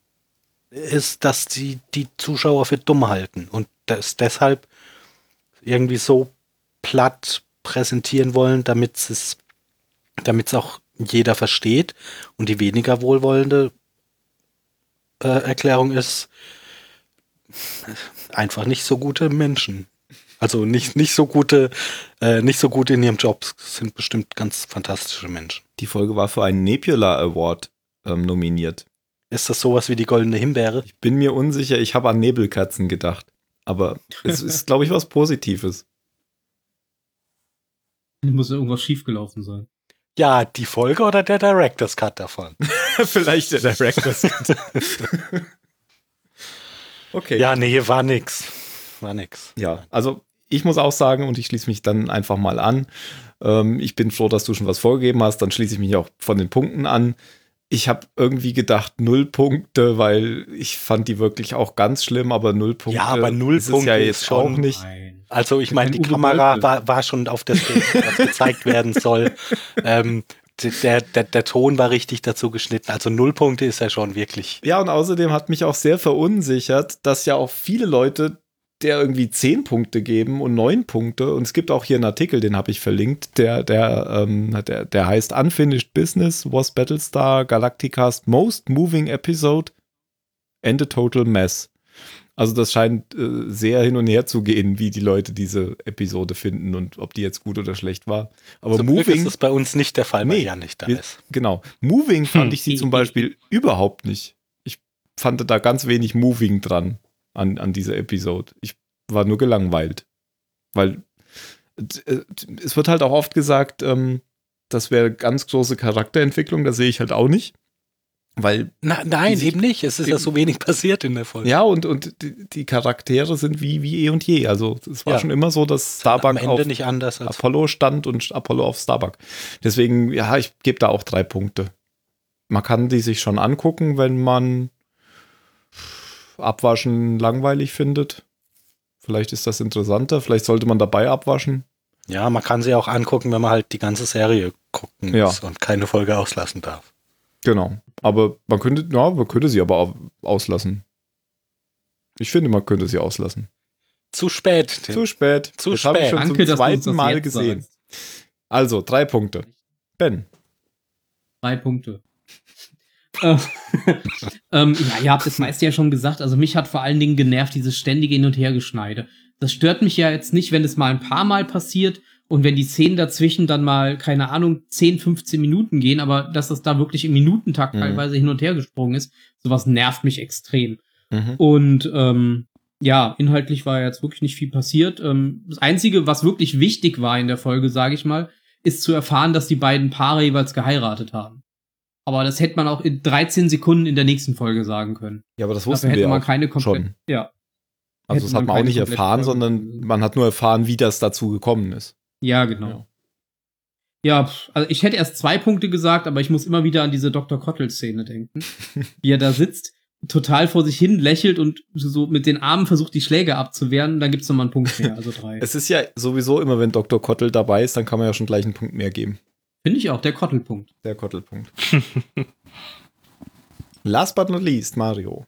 Speaker 3: ist, dass die, die Zuschauer für dumm halten und das deshalb irgendwie so platt präsentieren wollen, damit es damit es auch jeder versteht. Und die weniger wohlwollende äh, Erklärung ist einfach nicht so gute Menschen. Also nicht, nicht so gute, äh, nicht so gut in ihrem Job sind bestimmt ganz fantastische Menschen.
Speaker 2: Die Folge war für einen Nebula Award ähm, nominiert.
Speaker 3: Ist das sowas wie die goldene Himbeere?
Speaker 2: Ich bin mir unsicher, ich habe an Nebelkatzen gedacht. Aber es ist, glaube ich, was Positives.
Speaker 5: Muss ja irgendwas schiefgelaufen sein.
Speaker 3: Ja, die Folge oder der Director's Cut davon?
Speaker 2: Vielleicht der Director's Okay.
Speaker 3: Ja, nee, war nix. War nix.
Speaker 2: Ja, also ich muss auch sagen, und ich schließe mich dann einfach mal an. Ähm, ich bin froh, dass du schon was vorgegeben hast. Dann schließe ich mich auch von den Punkten an. Ich habe irgendwie gedacht, null Punkte, weil ich fand die wirklich auch ganz schlimm, aber null Punkte.
Speaker 3: Ja, aber null
Speaker 2: ist es
Speaker 3: Punkte
Speaker 2: ja
Speaker 3: ist
Speaker 2: jetzt
Speaker 3: schon-
Speaker 2: auch nicht.
Speaker 5: Nein.
Speaker 3: Also ich meine, die
Speaker 5: Kein Uwe
Speaker 3: Kamera
Speaker 5: Boll.
Speaker 3: war, war schon auf das, Bild, was gezeigt werden soll. Ähm, d- der, der, der Ton war richtig dazu geschnitten. Also Nullpunkte ist ja schon wirklich.
Speaker 2: Ja, und außerdem hat mich auch sehr verunsichert, dass ja auch viele Leute der irgendwie zehn Punkte geben und neun Punkte. Und es gibt auch hier einen Artikel, den habe ich verlinkt, der, der, ähm, der, der heißt Unfinished Business was Battlestar Galactica's most moving episode and a total mess. Also das scheint äh, sehr hin und her zu gehen, wie die Leute diese Episode finden und ob die jetzt gut oder schlecht war. Aber
Speaker 3: Zum Glück ist
Speaker 2: moving,
Speaker 3: es bei uns nicht der Fall, weil
Speaker 2: Nee.
Speaker 3: ja nicht da
Speaker 2: Wir-
Speaker 3: ist.
Speaker 2: genau, moving fand ich sie zum
Speaker 5: Hm.
Speaker 2: Beispiel überhaupt nicht. Ich fand da ganz wenig moving dran an, an dieser Episode. Ich war nur gelangweilt, weil äh, es wird halt auch oft gesagt, ähm, das wäre ganz große Charakterentwicklung. Da sehe ich halt auch nicht, weil
Speaker 3: Na, nein,
Speaker 2: Die-
Speaker 3: eben nicht. Es ist ja
Speaker 2: eben-
Speaker 3: so wenig passiert in der Folge.
Speaker 2: Ja, und, und die, die Charaktere sind wie, wie eh und je. Also es war
Speaker 3: Ja.
Speaker 2: schon immer so, dass
Speaker 3: Am
Speaker 2: Starbuck
Speaker 3: Ende
Speaker 2: auf
Speaker 3: nicht anders als
Speaker 2: Apollo stand und Apollo auf Starbuck. Deswegen, ja, ich gebe da auch drei Punkte. Man kann die sich schon angucken, wenn man Abwaschen langweilig findet. Vielleicht ist das interessanter. Vielleicht sollte man dabei abwaschen.
Speaker 3: Ja, man kann sie auch angucken, wenn man halt die ganze Serie gucken
Speaker 2: Ja.
Speaker 3: muss und keine Folge auslassen darf.
Speaker 2: Genau. Aber man könnte, ja, man könnte sie aber au- auslassen. Ich finde, man könnte sie auslassen.
Speaker 3: Zu spät. Tim.
Speaker 2: Zu spät.
Speaker 3: Zu
Speaker 2: das habe ich
Speaker 3: spät.
Speaker 2: schon
Speaker 5: Danke,
Speaker 2: zum
Speaker 5: dass du uns
Speaker 2: zweiten
Speaker 5: das
Speaker 2: Mal
Speaker 5: jetzt
Speaker 2: gesehen.
Speaker 5: sagst.
Speaker 2: Also, drei Punkte. Ben.
Speaker 5: Drei Punkte. Äh, ähm, ja, ihr habt das meiste ja schon gesagt. Also mich hat vor allen Dingen genervt dieses ständige Hin- und Hergeschneide. Das stört mich ja jetzt nicht, wenn es mal ein paar Mal passiert und wenn die Szenen dazwischen dann mal, keine Ahnung, 10, 15 Minuten gehen, aber dass das da wirklich im Minutentakt
Speaker 2: Mhm.
Speaker 5: teilweise hin und her gesprungen ist, sowas nervt mich extrem.
Speaker 2: Mhm.
Speaker 5: Und ähm, ja, inhaltlich war jetzt wirklich nicht viel passiert. Ähm, das Einzige, was wirklich wichtig war in der Folge, sage ich mal, ist zu erfahren, dass die beiden Paare jeweils geheiratet haben. Aber das hätte man auch in 13 Sekunden in der nächsten Folge sagen können.
Speaker 2: Ja, aber das
Speaker 5: Dafür
Speaker 2: wussten
Speaker 5: hätte
Speaker 2: wir
Speaker 5: man
Speaker 2: auch.
Speaker 5: keine komplett.
Speaker 2: schon.
Speaker 5: Ja.
Speaker 2: Also
Speaker 5: hätte
Speaker 2: das hat
Speaker 5: man
Speaker 2: man auch
Speaker 5: keine
Speaker 2: nicht
Speaker 5: komplette
Speaker 2: erfahren,
Speaker 5: Folge
Speaker 2: sondern
Speaker 5: gesehen.
Speaker 2: man hat nur erfahren, wie das dazu gekommen ist.
Speaker 5: Ja, genau. Ja, pf, also ich hätte erst zwei Punkte gesagt, aber ich muss immer wieder an diese Dr. Kottel-Szene denken, wie er da sitzt, total vor sich hin lächelt und so mit den Armen versucht, die Schläge abzuwehren. Dann gibt's noch nochmal einen Punkt mehr, also drei.
Speaker 2: Es ist ja sowieso immer, wenn Dr. Kottel dabei ist, dann kann man ja schon gleich einen Punkt mehr geben.
Speaker 5: Finde ich auch, der Kottelpunkt.
Speaker 2: Der Kottelpunkt. Last but not least, Mario.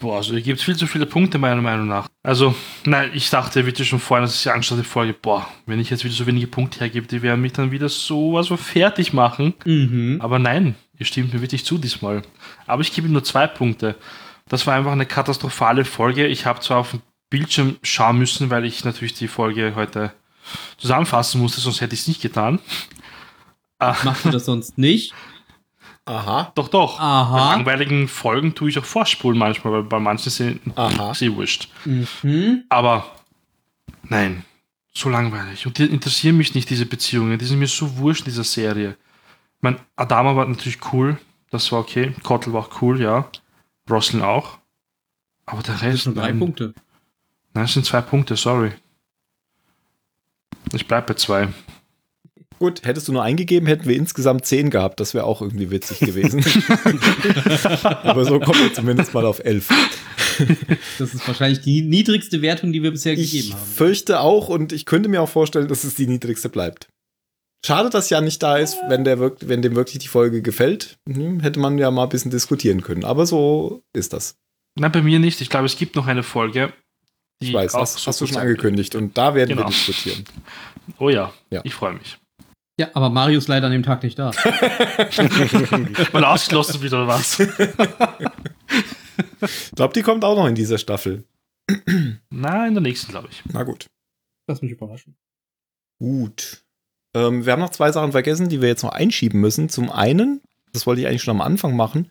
Speaker 4: Boah, also hier gibt es viel zu viele Punkte, meiner Meinung nach. Also, nein, ich dachte wirklich schon vorhin, als ich sie angeschaut habe, die Folge, boah, wenn ich jetzt wieder so wenige Punkte hergebe, die werden mich dann wieder sowas von fertig machen.
Speaker 5: Mhm.
Speaker 4: Aber nein, ihr stimmt mir wirklich zu diesmal. Aber ich gebe ihm nur zwei Punkte. Das war einfach eine katastrophale Folge. Ich habe zwar auf dem Bildschirm schauen müssen, weil ich natürlich die Folge heute zusammenfassen musste, sonst hätte ich es nicht getan.
Speaker 5: Machst du das sonst nicht?
Speaker 2: Aha,
Speaker 4: Doch, doch. Bei
Speaker 5: Aha.
Speaker 4: langweiligen Folgen tue ich auch vorspulen manchmal, weil bei manchen sind
Speaker 2: aha.
Speaker 4: sie wurscht.
Speaker 5: Mhm.
Speaker 4: Aber nein, so langweilig. Und die interessieren mich nicht, diese Beziehungen. Die sind mir so wurscht in dieser Serie. Ich meine, Adama war natürlich cool. Das war okay. Kottel war auch cool, ja. Roslin auch. Aber der
Speaker 5: Das
Speaker 4: Rest.
Speaker 5: sind nur drei
Speaker 4: nein.
Speaker 5: Punkte.
Speaker 4: Nein, es sind zwei Punkte, sorry. Ich bleib bei zwei.
Speaker 2: Gut, hättest du nur eingegeben, hätten wir insgesamt zehn gehabt. Das wäre auch irgendwie witzig gewesen. Aber so kommen wir zumindest mal auf elf.
Speaker 5: Das ist wahrscheinlich die niedrigste Wertung, die wir bisher
Speaker 2: Ich
Speaker 5: gegeben haben. ne?
Speaker 2: fürchte auch und ich könnte mir auch vorstellen, dass es die niedrigste bleibt. Schade, dass Jan nicht da ist, wenn, der wirkt, wenn dem wirklich die Folge gefällt. Hm, hätte man ja mal ein bisschen diskutieren können. Aber so ist das.
Speaker 4: Nein, bei mir nicht. Ich glaube, es gibt noch eine Folge. Die
Speaker 2: Ich weiß,
Speaker 4: auch
Speaker 2: das
Speaker 4: so
Speaker 2: hast du schon
Speaker 4: gut sein
Speaker 2: angekündigt. Und da werden wir
Speaker 4: Genau.
Speaker 2: diskutieren.
Speaker 4: wird. Oh ja,
Speaker 2: Ja.
Speaker 4: ich freue mich.
Speaker 5: Ja, aber Mario ist leider an dem Tag nicht da.
Speaker 4: Weil ausgeschlossen wieder oder was?
Speaker 2: Ich glaube, die kommt auch noch in dieser Staffel.
Speaker 4: Nein, in der nächsten, glaube ich.
Speaker 2: Na gut.
Speaker 5: Lass mich überraschen.
Speaker 2: Gut. Ähm, wir haben noch zwei Sachen vergessen, die wir jetzt noch einschieben müssen. Zum einen, das wollte ich eigentlich schon am Anfang machen,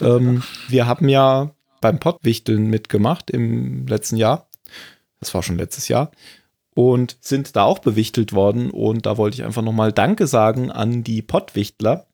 Speaker 2: ähm, wir haben ja beim Pottwichteln mitgemacht im letzten Jahr. Das war schon letztes Jahr. Und sind da auch bewichtelt worden. Und da wollte ich einfach nochmal Danke sagen an die Pottwichtler.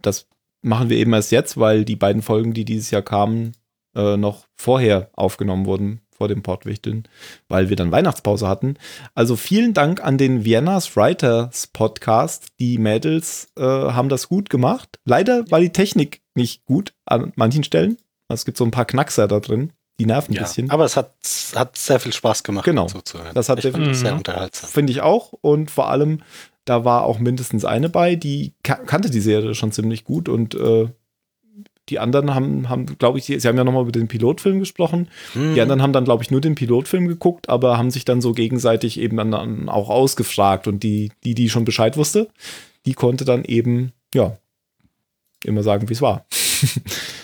Speaker 2: Das machen wir eben erst jetzt, weil die beiden Folgen, die dieses Jahr kamen, äh, noch vorher aufgenommen wurden, vor dem Pottwichteln, weil wir dann Weihnachtspause hatten. Also vielen Dank an den Vienna's Writers Podcast. Die Mädels äh, haben das gut gemacht. Leider war die Technik nicht gut an manchen Stellen. Es gibt so ein paar Knackser da drin, die nerven ein
Speaker 3: Ja,
Speaker 2: bisschen.
Speaker 3: aber es hat, es hat sehr viel Spaß gemacht,
Speaker 2: Genau.
Speaker 3: zuzuhören.
Speaker 2: Das hat
Speaker 3: ich fand
Speaker 4: definitiv-
Speaker 3: es sehr
Speaker 4: Mhm.
Speaker 3: unterhaltsam.
Speaker 2: Finde ich auch. Und vor allem, da war auch mindestens eine bei, die ka kannte die Serie schon ziemlich gut und äh, die anderen haben, haben glaube ich, die- sie haben ja nochmal über den Pilotfilm gesprochen.
Speaker 3: Mhm.
Speaker 2: Die
Speaker 3: Hm,
Speaker 2: anderen haben dann, glaube ich, nur den Pilotfilm geguckt, aber haben sich dann so gegenseitig eben dann, dann auch ausgefragt. Und die, die, die schon Bescheid wusste, die konnte dann eben, ja, immer sagen, wie es war.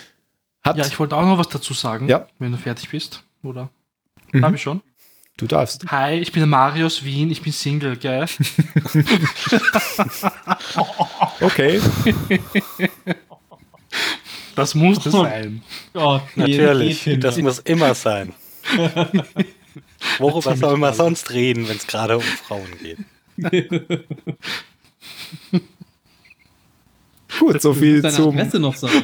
Speaker 2: Hat,
Speaker 4: Ja, ich wollte auch noch was dazu sagen,
Speaker 2: Ja.
Speaker 4: wenn du fertig bist, oder?
Speaker 2: Mhm.
Speaker 4: Hab ich schon.
Speaker 2: du darfst.
Speaker 4: Hi, ich bin der Marius Wien, ich bin Single, gell?
Speaker 2: Okay.
Speaker 4: Das musste sein.
Speaker 5: Gott,
Speaker 3: Natürlich, das muss immer sein. Worüber soll man sonst reden, wenn es gerade um Frauen geht?
Speaker 2: Gut, so viel
Speaker 5: Deine
Speaker 2: zum.
Speaker 5: Adresse noch sagen.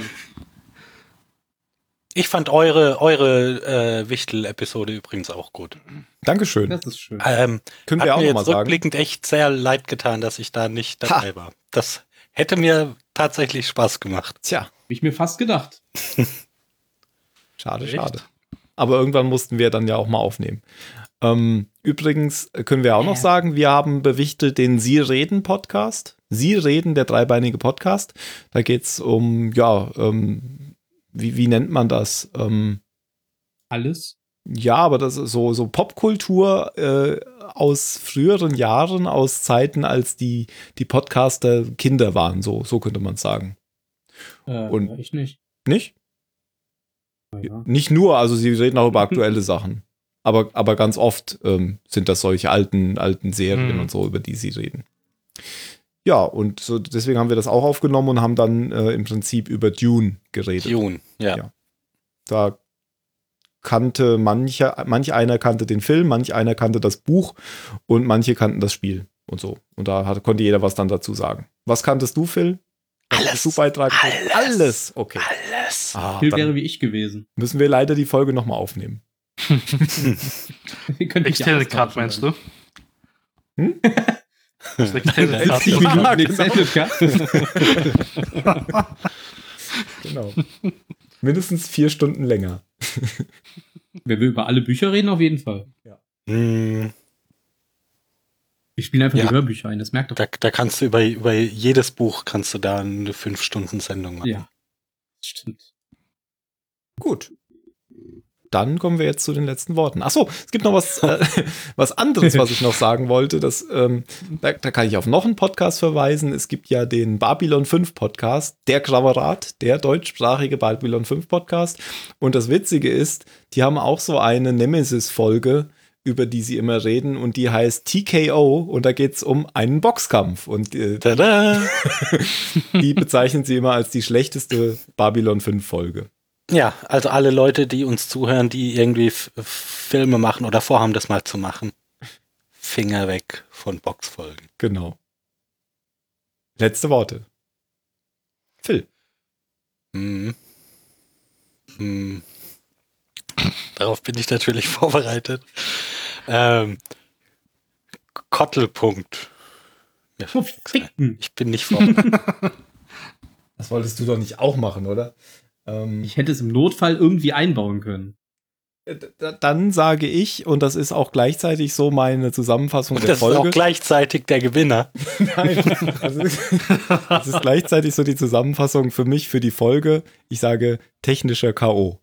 Speaker 3: Ich fand eure, eure äh, Wichtel-Episode übrigens auch gut.
Speaker 2: Dankeschön.
Speaker 5: Das ist schön.
Speaker 3: Ähm,
Speaker 2: Können
Speaker 3: hat
Speaker 2: wir auch
Speaker 3: mir
Speaker 2: noch mal
Speaker 3: jetzt
Speaker 2: sagen.
Speaker 3: rückblickend echt sehr leid getan, dass ich da nicht dabei war. Das hätte mir tatsächlich Spaß gemacht.
Speaker 2: Tja,
Speaker 5: Hab ich mir fast gedacht.
Speaker 2: schade,
Speaker 4: Echt?
Speaker 2: schade. Aber irgendwann mussten wir dann ja auch mal aufnehmen. Ähm, übrigens können wir auch noch sagen, wir haben bewichtelt den Sie reden Podcast. Sie reden, der dreibeinige Podcast. Da geht es um, ja, ähm, wie, wie nennt man das? Ähm,
Speaker 5: Alles?
Speaker 2: ja, aber das ist so, so Popkultur äh, aus früheren Jahren, aus Zeiten, als die, die Podcaster Kinder waren, so, so könnte man sagen.
Speaker 5: Äh,
Speaker 2: Und-
Speaker 5: ich nicht.
Speaker 2: Nicht?
Speaker 5: Na ja.
Speaker 2: Nicht nur, also sie reden auch über aktuelle Sachen. Aber, aber ganz oft ähm, sind das solche alten, alten Serien
Speaker 4: Mhm.
Speaker 2: und so, über die sie reden. Ja, und so deswegen haben wir das auch aufgenommen und haben dann äh, im Prinzip über Dune geredet.
Speaker 3: Jun, ja.
Speaker 2: Ja. Da kannte mancher, manch einer kannte den Film, manch einer kannte das Buch und manche kannten das Spiel und so. Und da hatte, konnte jeder was dann dazu sagen. Was kanntest du, Phil? Was hast
Speaker 3: Alles.
Speaker 2: Du Beitrag?
Speaker 3: Alles.
Speaker 2: Alles. Okay.
Speaker 3: Alles.
Speaker 2: Ah,
Speaker 5: Phil wäre
Speaker 2: dann
Speaker 5: wie ich gewesen.
Speaker 2: müssen wir leider die Folge nochmal aufnehmen.
Speaker 5: Ihr könnt mich ja
Speaker 4: Externe
Speaker 5: austauschen
Speaker 4: Card meinst
Speaker 5: dann.
Speaker 4: du? Das Extended Cut.
Speaker 2: 70 Minuten. Genau. Mindestens vier Stunden länger.
Speaker 5: Wenn wir über alle Bücher reden, auf jeden Fall.
Speaker 3: Hm,
Speaker 5: Wir spielen einfach
Speaker 3: Ja.
Speaker 5: die Hörbücher ein, das merkt doch.
Speaker 3: da, da kannst du über, über jedes Buch kannst du da eine 5-Stunden-Sendung machen.
Speaker 5: Ja. Stimmt.
Speaker 2: Gut. Dann kommen wir jetzt zu den letzten Worten. Achso, es gibt noch was, äh, was anderes, was ich noch sagen wollte. Das, ähm, da, da kann ich auf noch einen Podcast verweisen. Es gibt ja den Babylon 5 Podcast, der Grauerat, der deutschsprachige Babylon 5 Podcast. Und das Witzige ist, die haben auch so eine Nemesis-Folge, über die sie immer reden. Und die heißt TKO. Und da geht es um einen Boxkampf. Und äh,
Speaker 3: Tada!
Speaker 2: die bezeichnen sie immer als die schlechteste Babylon 5 Folge.
Speaker 3: Ja, also alle Leute, die uns zuhören, die irgendwie F Filme machen oder vorhaben, das mal zu machen. Finger weg von Boxfolgen.
Speaker 2: Genau. Letzte Worte. Phil.
Speaker 3: Hm. Hm. Darauf bin ich natürlich vorbereitet. Ähm, Kottelpunkt. Mir
Speaker 5: Oh,
Speaker 3: fällt nix ein.
Speaker 5: ficken.
Speaker 3: Ich bin nicht vorbereitet.
Speaker 2: Das wolltest du doch nicht auch machen, oder? Ähm,
Speaker 5: Ich hätte es im Notfall irgendwie einbauen können.
Speaker 2: d- d- dann sage ich, und das ist auch gleichzeitig so meine Zusammenfassung
Speaker 3: Und
Speaker 2: der
Speaker 3: das ist auch
Speaker 2: Folge.
Speaker 3: gleichzeitig der Gewinner.
Speaker 2: Nein, also, das ist gleichzeitig so die Zusammenfassung für mich für die Folge. Ich sage technischer K.O.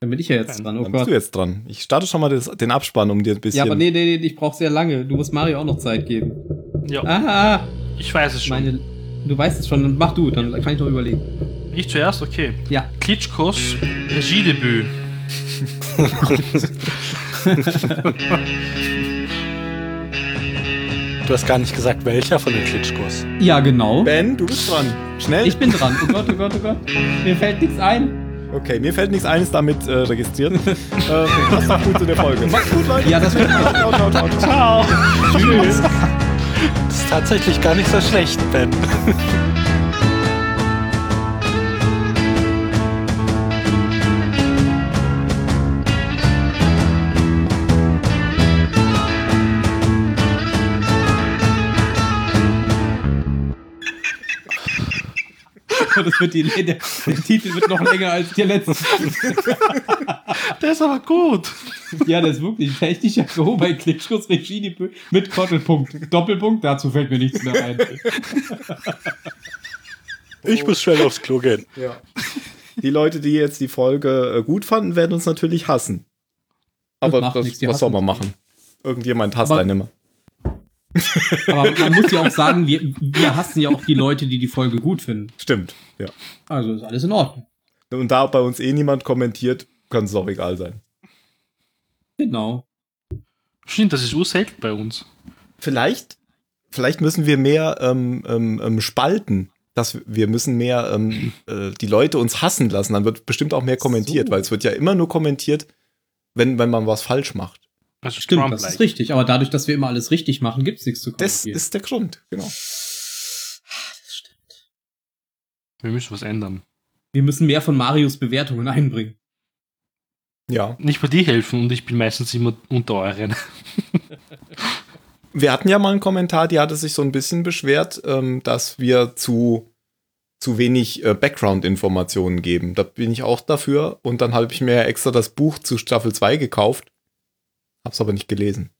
Speaker 5: Dann bin ich ja jetzt
Speaker 4: Dann-
Speaker 5: dran. Oh
Speaker 2: Dann bist du
Speaker 5: Gott.
Speaker 2: jetzt dran. Ich starte schon mal das, den Abspann, um dir ein bisschen.
Speaker 5: Ja, aber nee, nee, nee, ich brauche sehr lange. Du musst Mario auch noch Zeit geben.
Speaker 4: Ja,
Speaker 5: Ah, ah,
Speaker 4: ich weiß es schon.
Speaker 5: meine, du weißt es schon, dann mach du, dann kann ich noch überlegen.
Speaker 4: Ich zuerst? Okay.
Speaker 5: Ja,
Speaker 4: Klitschkos Regiedebüt.
Speaker 3: Du hast gar nicht gesagt, welcher von den Klitschkos.
Speaker 5: ja, genau.
Speaker 2: Ben, du bist dran. Schnell.
Speaker 5: Ich bin dran. Oh Gott, oh Gott, oh Gott. Mir fällt nichts ein.
Speaker 2: okay, mir fällt nichts eines damit äh, registriert. äh, passt auch gut zu der Folge. Macht's gut, Leute.
Speaker 5: Ja, das wird.
Speaker 2: Ciao, ciao, ciao, ciao.
Speaker 3: Tschüss. Das ist tatsächlich gar nicht so schlecht, Ben.
Speaker 5: Das wird die, der, der Titel wird noch länger als der letzte.
Speaker 4: Der ist aber gut.
Speaker 5: Ja, das ist wirklich ein technischer Go bei Klitschkos Regie die Bö- mit Kottelpunkt. Doppelpunkt, dazu fällt mir nichts mehr ein.
Speaker 3: Ich muss schnell aufs Klo gehen.
Speaker 2: die Leute, die jetzt die Folge äh, gut fanden, werden uns natürlich hassen. Aber
Speaker 5: macht
Speaker 2: das,
Speaker 5: nichts, die
Speaker 2: was soll
Speaker 5: hassen
Speaker 2: man machen? Irgendjemand hasst
Speaker 5: Aber-
Speaker 2: einen immer.
Speaker 5: Aber man muss ja auch sagen, wir, wir hassen ja auch die Leute, die die Folge gut finden.
Speaker 2: Stimmt, ja.
Speaker 5: Also ist alles in Ordnung.
Speaker 2: Und da bei uns eh niemand kommentiert, kann es auch egal sein.
Speaker 5: Genau.
Speaker 4: Stimmt, das ist urselten bei uns.
Speaker 2: Vielleicht, vielleicht müssen wir mehr ähm, ähm, ähm, spalten. Dass wir- wir müssen mehr ähm, äh, die Leute uns hassen lassen. Dann wird bestimmt auch mehr kommentiert,
Speaker 5: So.
Speaker 2: weil es wird ja immer nur kommentiert, wenn, wenn man was falsch macht.
Speaker 4: Also
Speaker 5: Stimmt,
Speaker 4: Trump
Speaker 5: das ist richtig. Aber dadurch, dass wir immer alles richtig machen, gibt's nichts zu
Speaker 2: Das
Speaker 5: kommentieren.
Speaker 2: ist der Grund, genau.
Speaker 5: Das stimmt.
Speaker 4: Wir müssen was ändern.
Speaker 5: Wir müssen mehr von Marios Bewertungen einbringen.
Speaker 2: Ja.
Speaker 4: Nicht bei dir helfen und ich bin meistens immer unter euren.
Speaker 2: Wir hatten ja mal einen Kommentar, die hatte sich so ein bisschen beschwert, ähm, dass wir zu, zu wenig äh, Background-Informationen geben. Da bin ich auch dafür. Und dann habe ich mir ja extra das Buch zu Staffel 2 gekauft. Hab's aber nicht gelesen.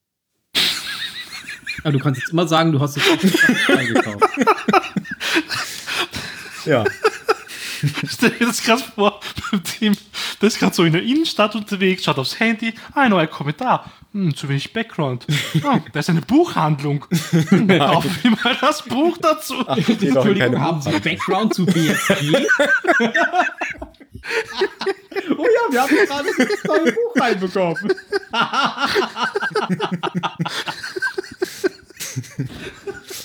Speaker 5: Aber du kannst jetzt immer sagen, du hast es auch gekauft.
Speaker 2: Ja.
Speaker 4: Stell dir das gerade vor, beim Team, das ist gerade so in der Innenstadt unterwegs, schaut aufs Handy, ah, ein neuer Kommentar, hm, zu wenig Background. Ah, da ist eine Buchhandlung. Hm, Kaufen wir mal das Buch dazu.
Speaker 2: Geht auch in keine
Speaker 5: Entschuldigung, haben Sie Background zu BSG? oh ja, wir haben gerade ein neues Buch reinbekommen.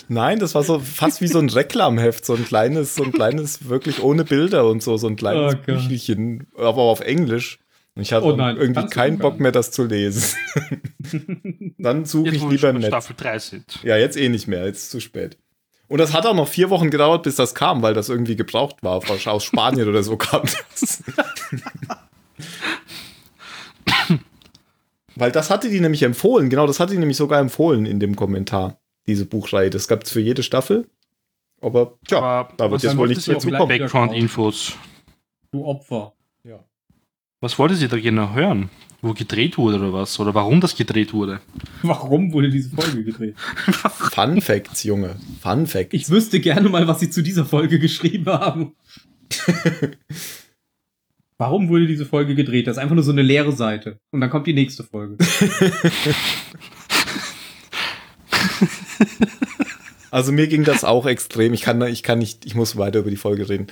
Speaker 2: Nein, das war so fast wie so ein Reklamheft, so ein kleines, so ein kleines, wirklich ohne Bilder und so, so ein kleines
Speaker 5: Oh Gott.
Speaker 2: Büchelchen, aber auf Englisch. Und ich hatte
Speaker 5: Oh nein,
Speaker 2: irgendwie
Speaker 5: kannst du
Speaker 2: keinen
Speaker 5: gar
Speaker 2: Bock mehr, das zu lesen. dann suche
Speaker 4: Jetzt,
Speaker 2: ich
Speaker 4: wo wir schon
Speaker 2: lieber im
Speaker 4: bei
Speaker 2: Netz.
Speaker 4: Staffel 3 sind.
Speaker 2: Ja, jetzt eh nicht mehr, jetzt ist zu spät. Und das hat auch noch vier Wochen gedauert, bis das kam, weil das irgendwie gebraucht war. Wahrscheinlich Aus Spanien oder so kam das. Weil das hatte die nämlich empfohlen, genau, das hatte die nämlich sogar empfohlen in dem Kommentar, diese Buchreihe. Das gab es für jede Staffel. Aber tja,
Speaker 4: Aber
Speaker 2: da wird
Speaker 4: was
Speaker 2: jetzt
Speaker 5: dann
Speaker 2: wohl
Speaker 5: wird
Speaker 2: nichts
Speaker 5: es jetzt
Speaker 2: mehr zu
Speaker 5: vielleicht-
Speaker 2: kommen.
Speaker 4: Background-Infos.
Speaker 5: Du Opfer.
Speaker 4: Was wolltet ihr da genau hören? Wo gedreht wurde oder was? Oder warum das gedreht wurde?
Speaker 5: Warum wurde diese Folge gedreht?
Speaker 2: Fun Facts, Junge. Fun Facts.
Speaker 5: Ich wüsste gerne mal, was sie zu dieser Folge geschrieben haben. Warum wurde diese Folge gedreht? Das ist einfach nur so eine leere Seite. Und dann kommt die nächste Folge.
Speaker 2: Also mir ging das auch extrem. Ich kann, da- ich kann nicht, ich muss weiter über die Folge reden.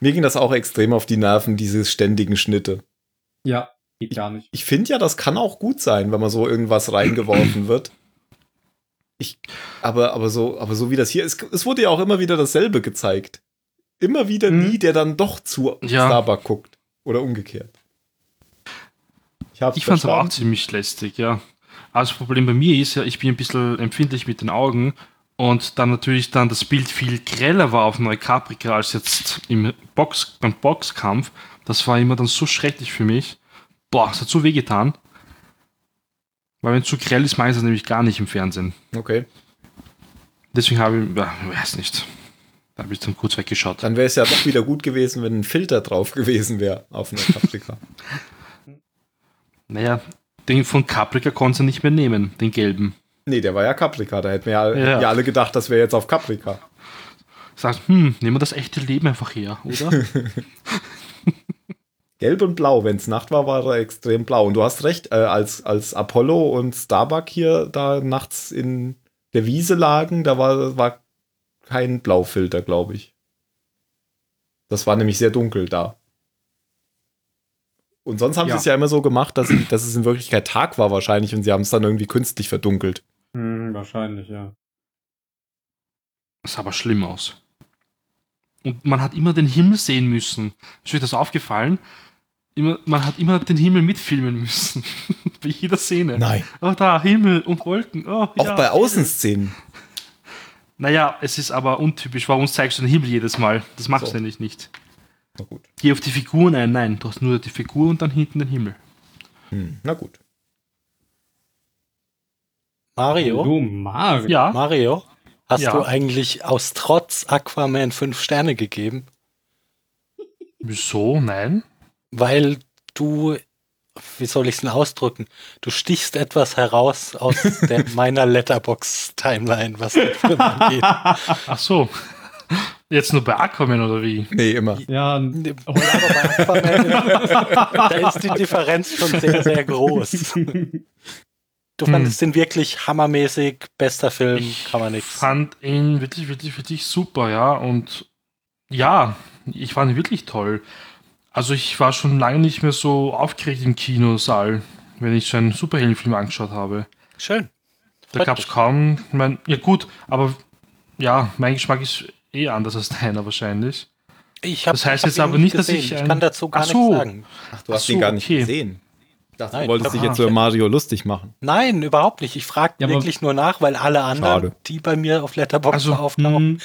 Speaker 2: Mir ging das auch extrem auf die Nerven, diese ständigen Schnitte.
Speaker 5: Ja, geht gar nicht.
Speaker 2: Ich finde ja, das kann auch gut sein, wenn man so irgendwas reingeworfen wird. Ich, aber, aber so, aber so wie das hier, es, es wurde ja auch immer wieder dasselbe gezeigt. Immer wieder
Speaker 4: Mhm.
Speaker 2: nie, der dann doch zu
Speaker 4: Ja.
Speaker 2: Starbuck guckt. Oder umgekehrt. Ich, hab's
Speaker 4: Ich fand es aber auch
Speaker 2: verstanden.
Speaker 4: ziemlich lästig, ja. Also das Problem bei mir ist ja, ich bin ein bisschen empfindlich mit den Augen und dann natürlich dann das Bild viel greller war auf Neukaprika als jetzt im Box, beim Boxkampf. Das war immer dann so schrecklich für mich. Boah, es hat so wehgetan. Weil wenn es zu grell ist, mag ich das nämlich gar nicht im Fernsehen.
Speaker 2: Okay.
Speaker 4: Deswegen habe ich, ja, ich weiß nicht. Da habe ich dann kurz weggeschaut.
Speaker 2: Dann wäre es ja doch wieder gut gewesen, wenn ein Filter drauf gewesen wäre auf einer Paprika.
Speaker 4: Naja, den von Caprica konnte er nicht mehr nehmen, den gelben.
Speaker 2: Nee, der war ja Caprica. Da hätten wir ja,
Speaker 4: Ja.
Speaker 2: ja. alle gedacht, das wäre jetzt auf Caprica.
Speaker 4: Sagt, hm, nehmen wir das echte Leben einfach her, oder?
Speaker 2: Gelb und blau. Wenn es Nacht war, war er extrem blau. Und du hast recht, äh, als, als Apollo und Starbuck hier da nachts in der Wiese lagen, da war, war kein Blaufilter, glaube ich. Das war nämlich sehr dunkel da. Und sonst haben
Speaker 4: Ja.
Speaker 2: sie es ja immer so gemacht, dass, sie- dass es in Wirklichkeit Tag war wahrscheinlich und sie haben es dann irgendwie künstlich verdunkelt.
Speaker 5: Hm, wahrscheinlich, ja.
Speaker 4: Das sah aber schlimm aus. Und man hat immer den Himmel sehen müssen. Ist euch das aufgefallen? Immer, man hat immer den Himmel mitfilmen müssen. bei jeder Szene.
Speaker 2: Nein.
Speaker 4: Oh, da, Himmel und Wolken. Oh,
Speaker 2: Auch
Speaker 4: ja.
Speaker 2: bei Außenszenen.
Speaker 4: Naja, es ist aber untypisch. Warum zeigst du den Himmel jedes Mal? Das machst
Speaker 2: So.
Speaker 4: du nämlich nicht.
Speaker 2: Na gut.
Speaker 4: Geh auf die Figuren ein. Nein, du hast nur die Figur und dann hinten den Himmel.
Speaker 2: Hm, na gut.
Speaker 3: Mario,
Speaker 5: Du Mario.
Speaker 4: Ja,
Speaker 3: Mario, hast
Speaker 4: Ja.
Speaker 3: du eigentlich aus Trotz Aquaman fünf Sterne gegeben?
Speaker 4: wieso? Nein.
Speaker 3: Weil du, wie soll ich es denn ausdrücken? Du stichst etwas heraus aus der, meiner Letterbox-Timeline, was den Film angeht.
Speaker 4: Ach so. Jetzt nur bei Aquaman oder wie?
Speaker 2: Nee, immer.
Speaker 5: Ja, n-
Speaker 3: Nee, aber bei Aquaman, da ist die Differenz schon sehr, sehr groß.
Speaker 5: Genau.
Speaker 3: Du
Speaker 4: Hm.
Speaker 3: fandest den wirklich hammermäßig, bester Film, kann man nichts.
Speaker 4: fand ihn wirklich, wirklich, wirklich super, ja. Und ja, ich fand ihn wirklich toll. Also ich war schon lange nicht mehr so aufgeregt im Kinosaal, wenn ich so einen Superheldenfilm angeschaut habe.
Speaker 3: Schön.
Speaker 4: Da
Speaker 3: Freut
Speaker 4: gab es kaum, ich mein, ja gut, aber ja, mein Geschmack ist eh anders als deiner wahrscheinlich.
Speaker 3: Ich hab,
Speaker 4: Das
Speaker 3: ich
Speaker 4: heißt
Speaker 3: hab
Speaker 4: jetzt
Speaker 3: ihn
Speaker 4: aber nicht, dass
Speaker 3: gesehen.
Speaker 4: ich
Speaker 3: Ich
Speaker 4: ein-
Speaker 3: kann dazu gar
Speaker 4: Ach so.
Speaker 3: nichts sagen.
Speaker 2: Ach, du hast
Speaker 4: Ach so,
Speaker 2: ihn gar nicht
Speaker 4: okay.
Speaker 2: gesehen. Ich dachte,
Speaker 3: Nein.
Speaker 2: du wolltest dich
Speaker 4: Ah.
Speaker 2: jetzt über Mario lustig machen.
Speaker 3: Nein, überhaupt nicht. Ich frage
Speaker 5: Ja, aber-
Speaker 3: wirklich nur nach, weil alle anderen,
Speaker 2: Schade.
Speaker 3: die bei mir auf Letterboxd
Speaker 4: Also,
Speaker 3: auftauchen,
Speaker 4: mh,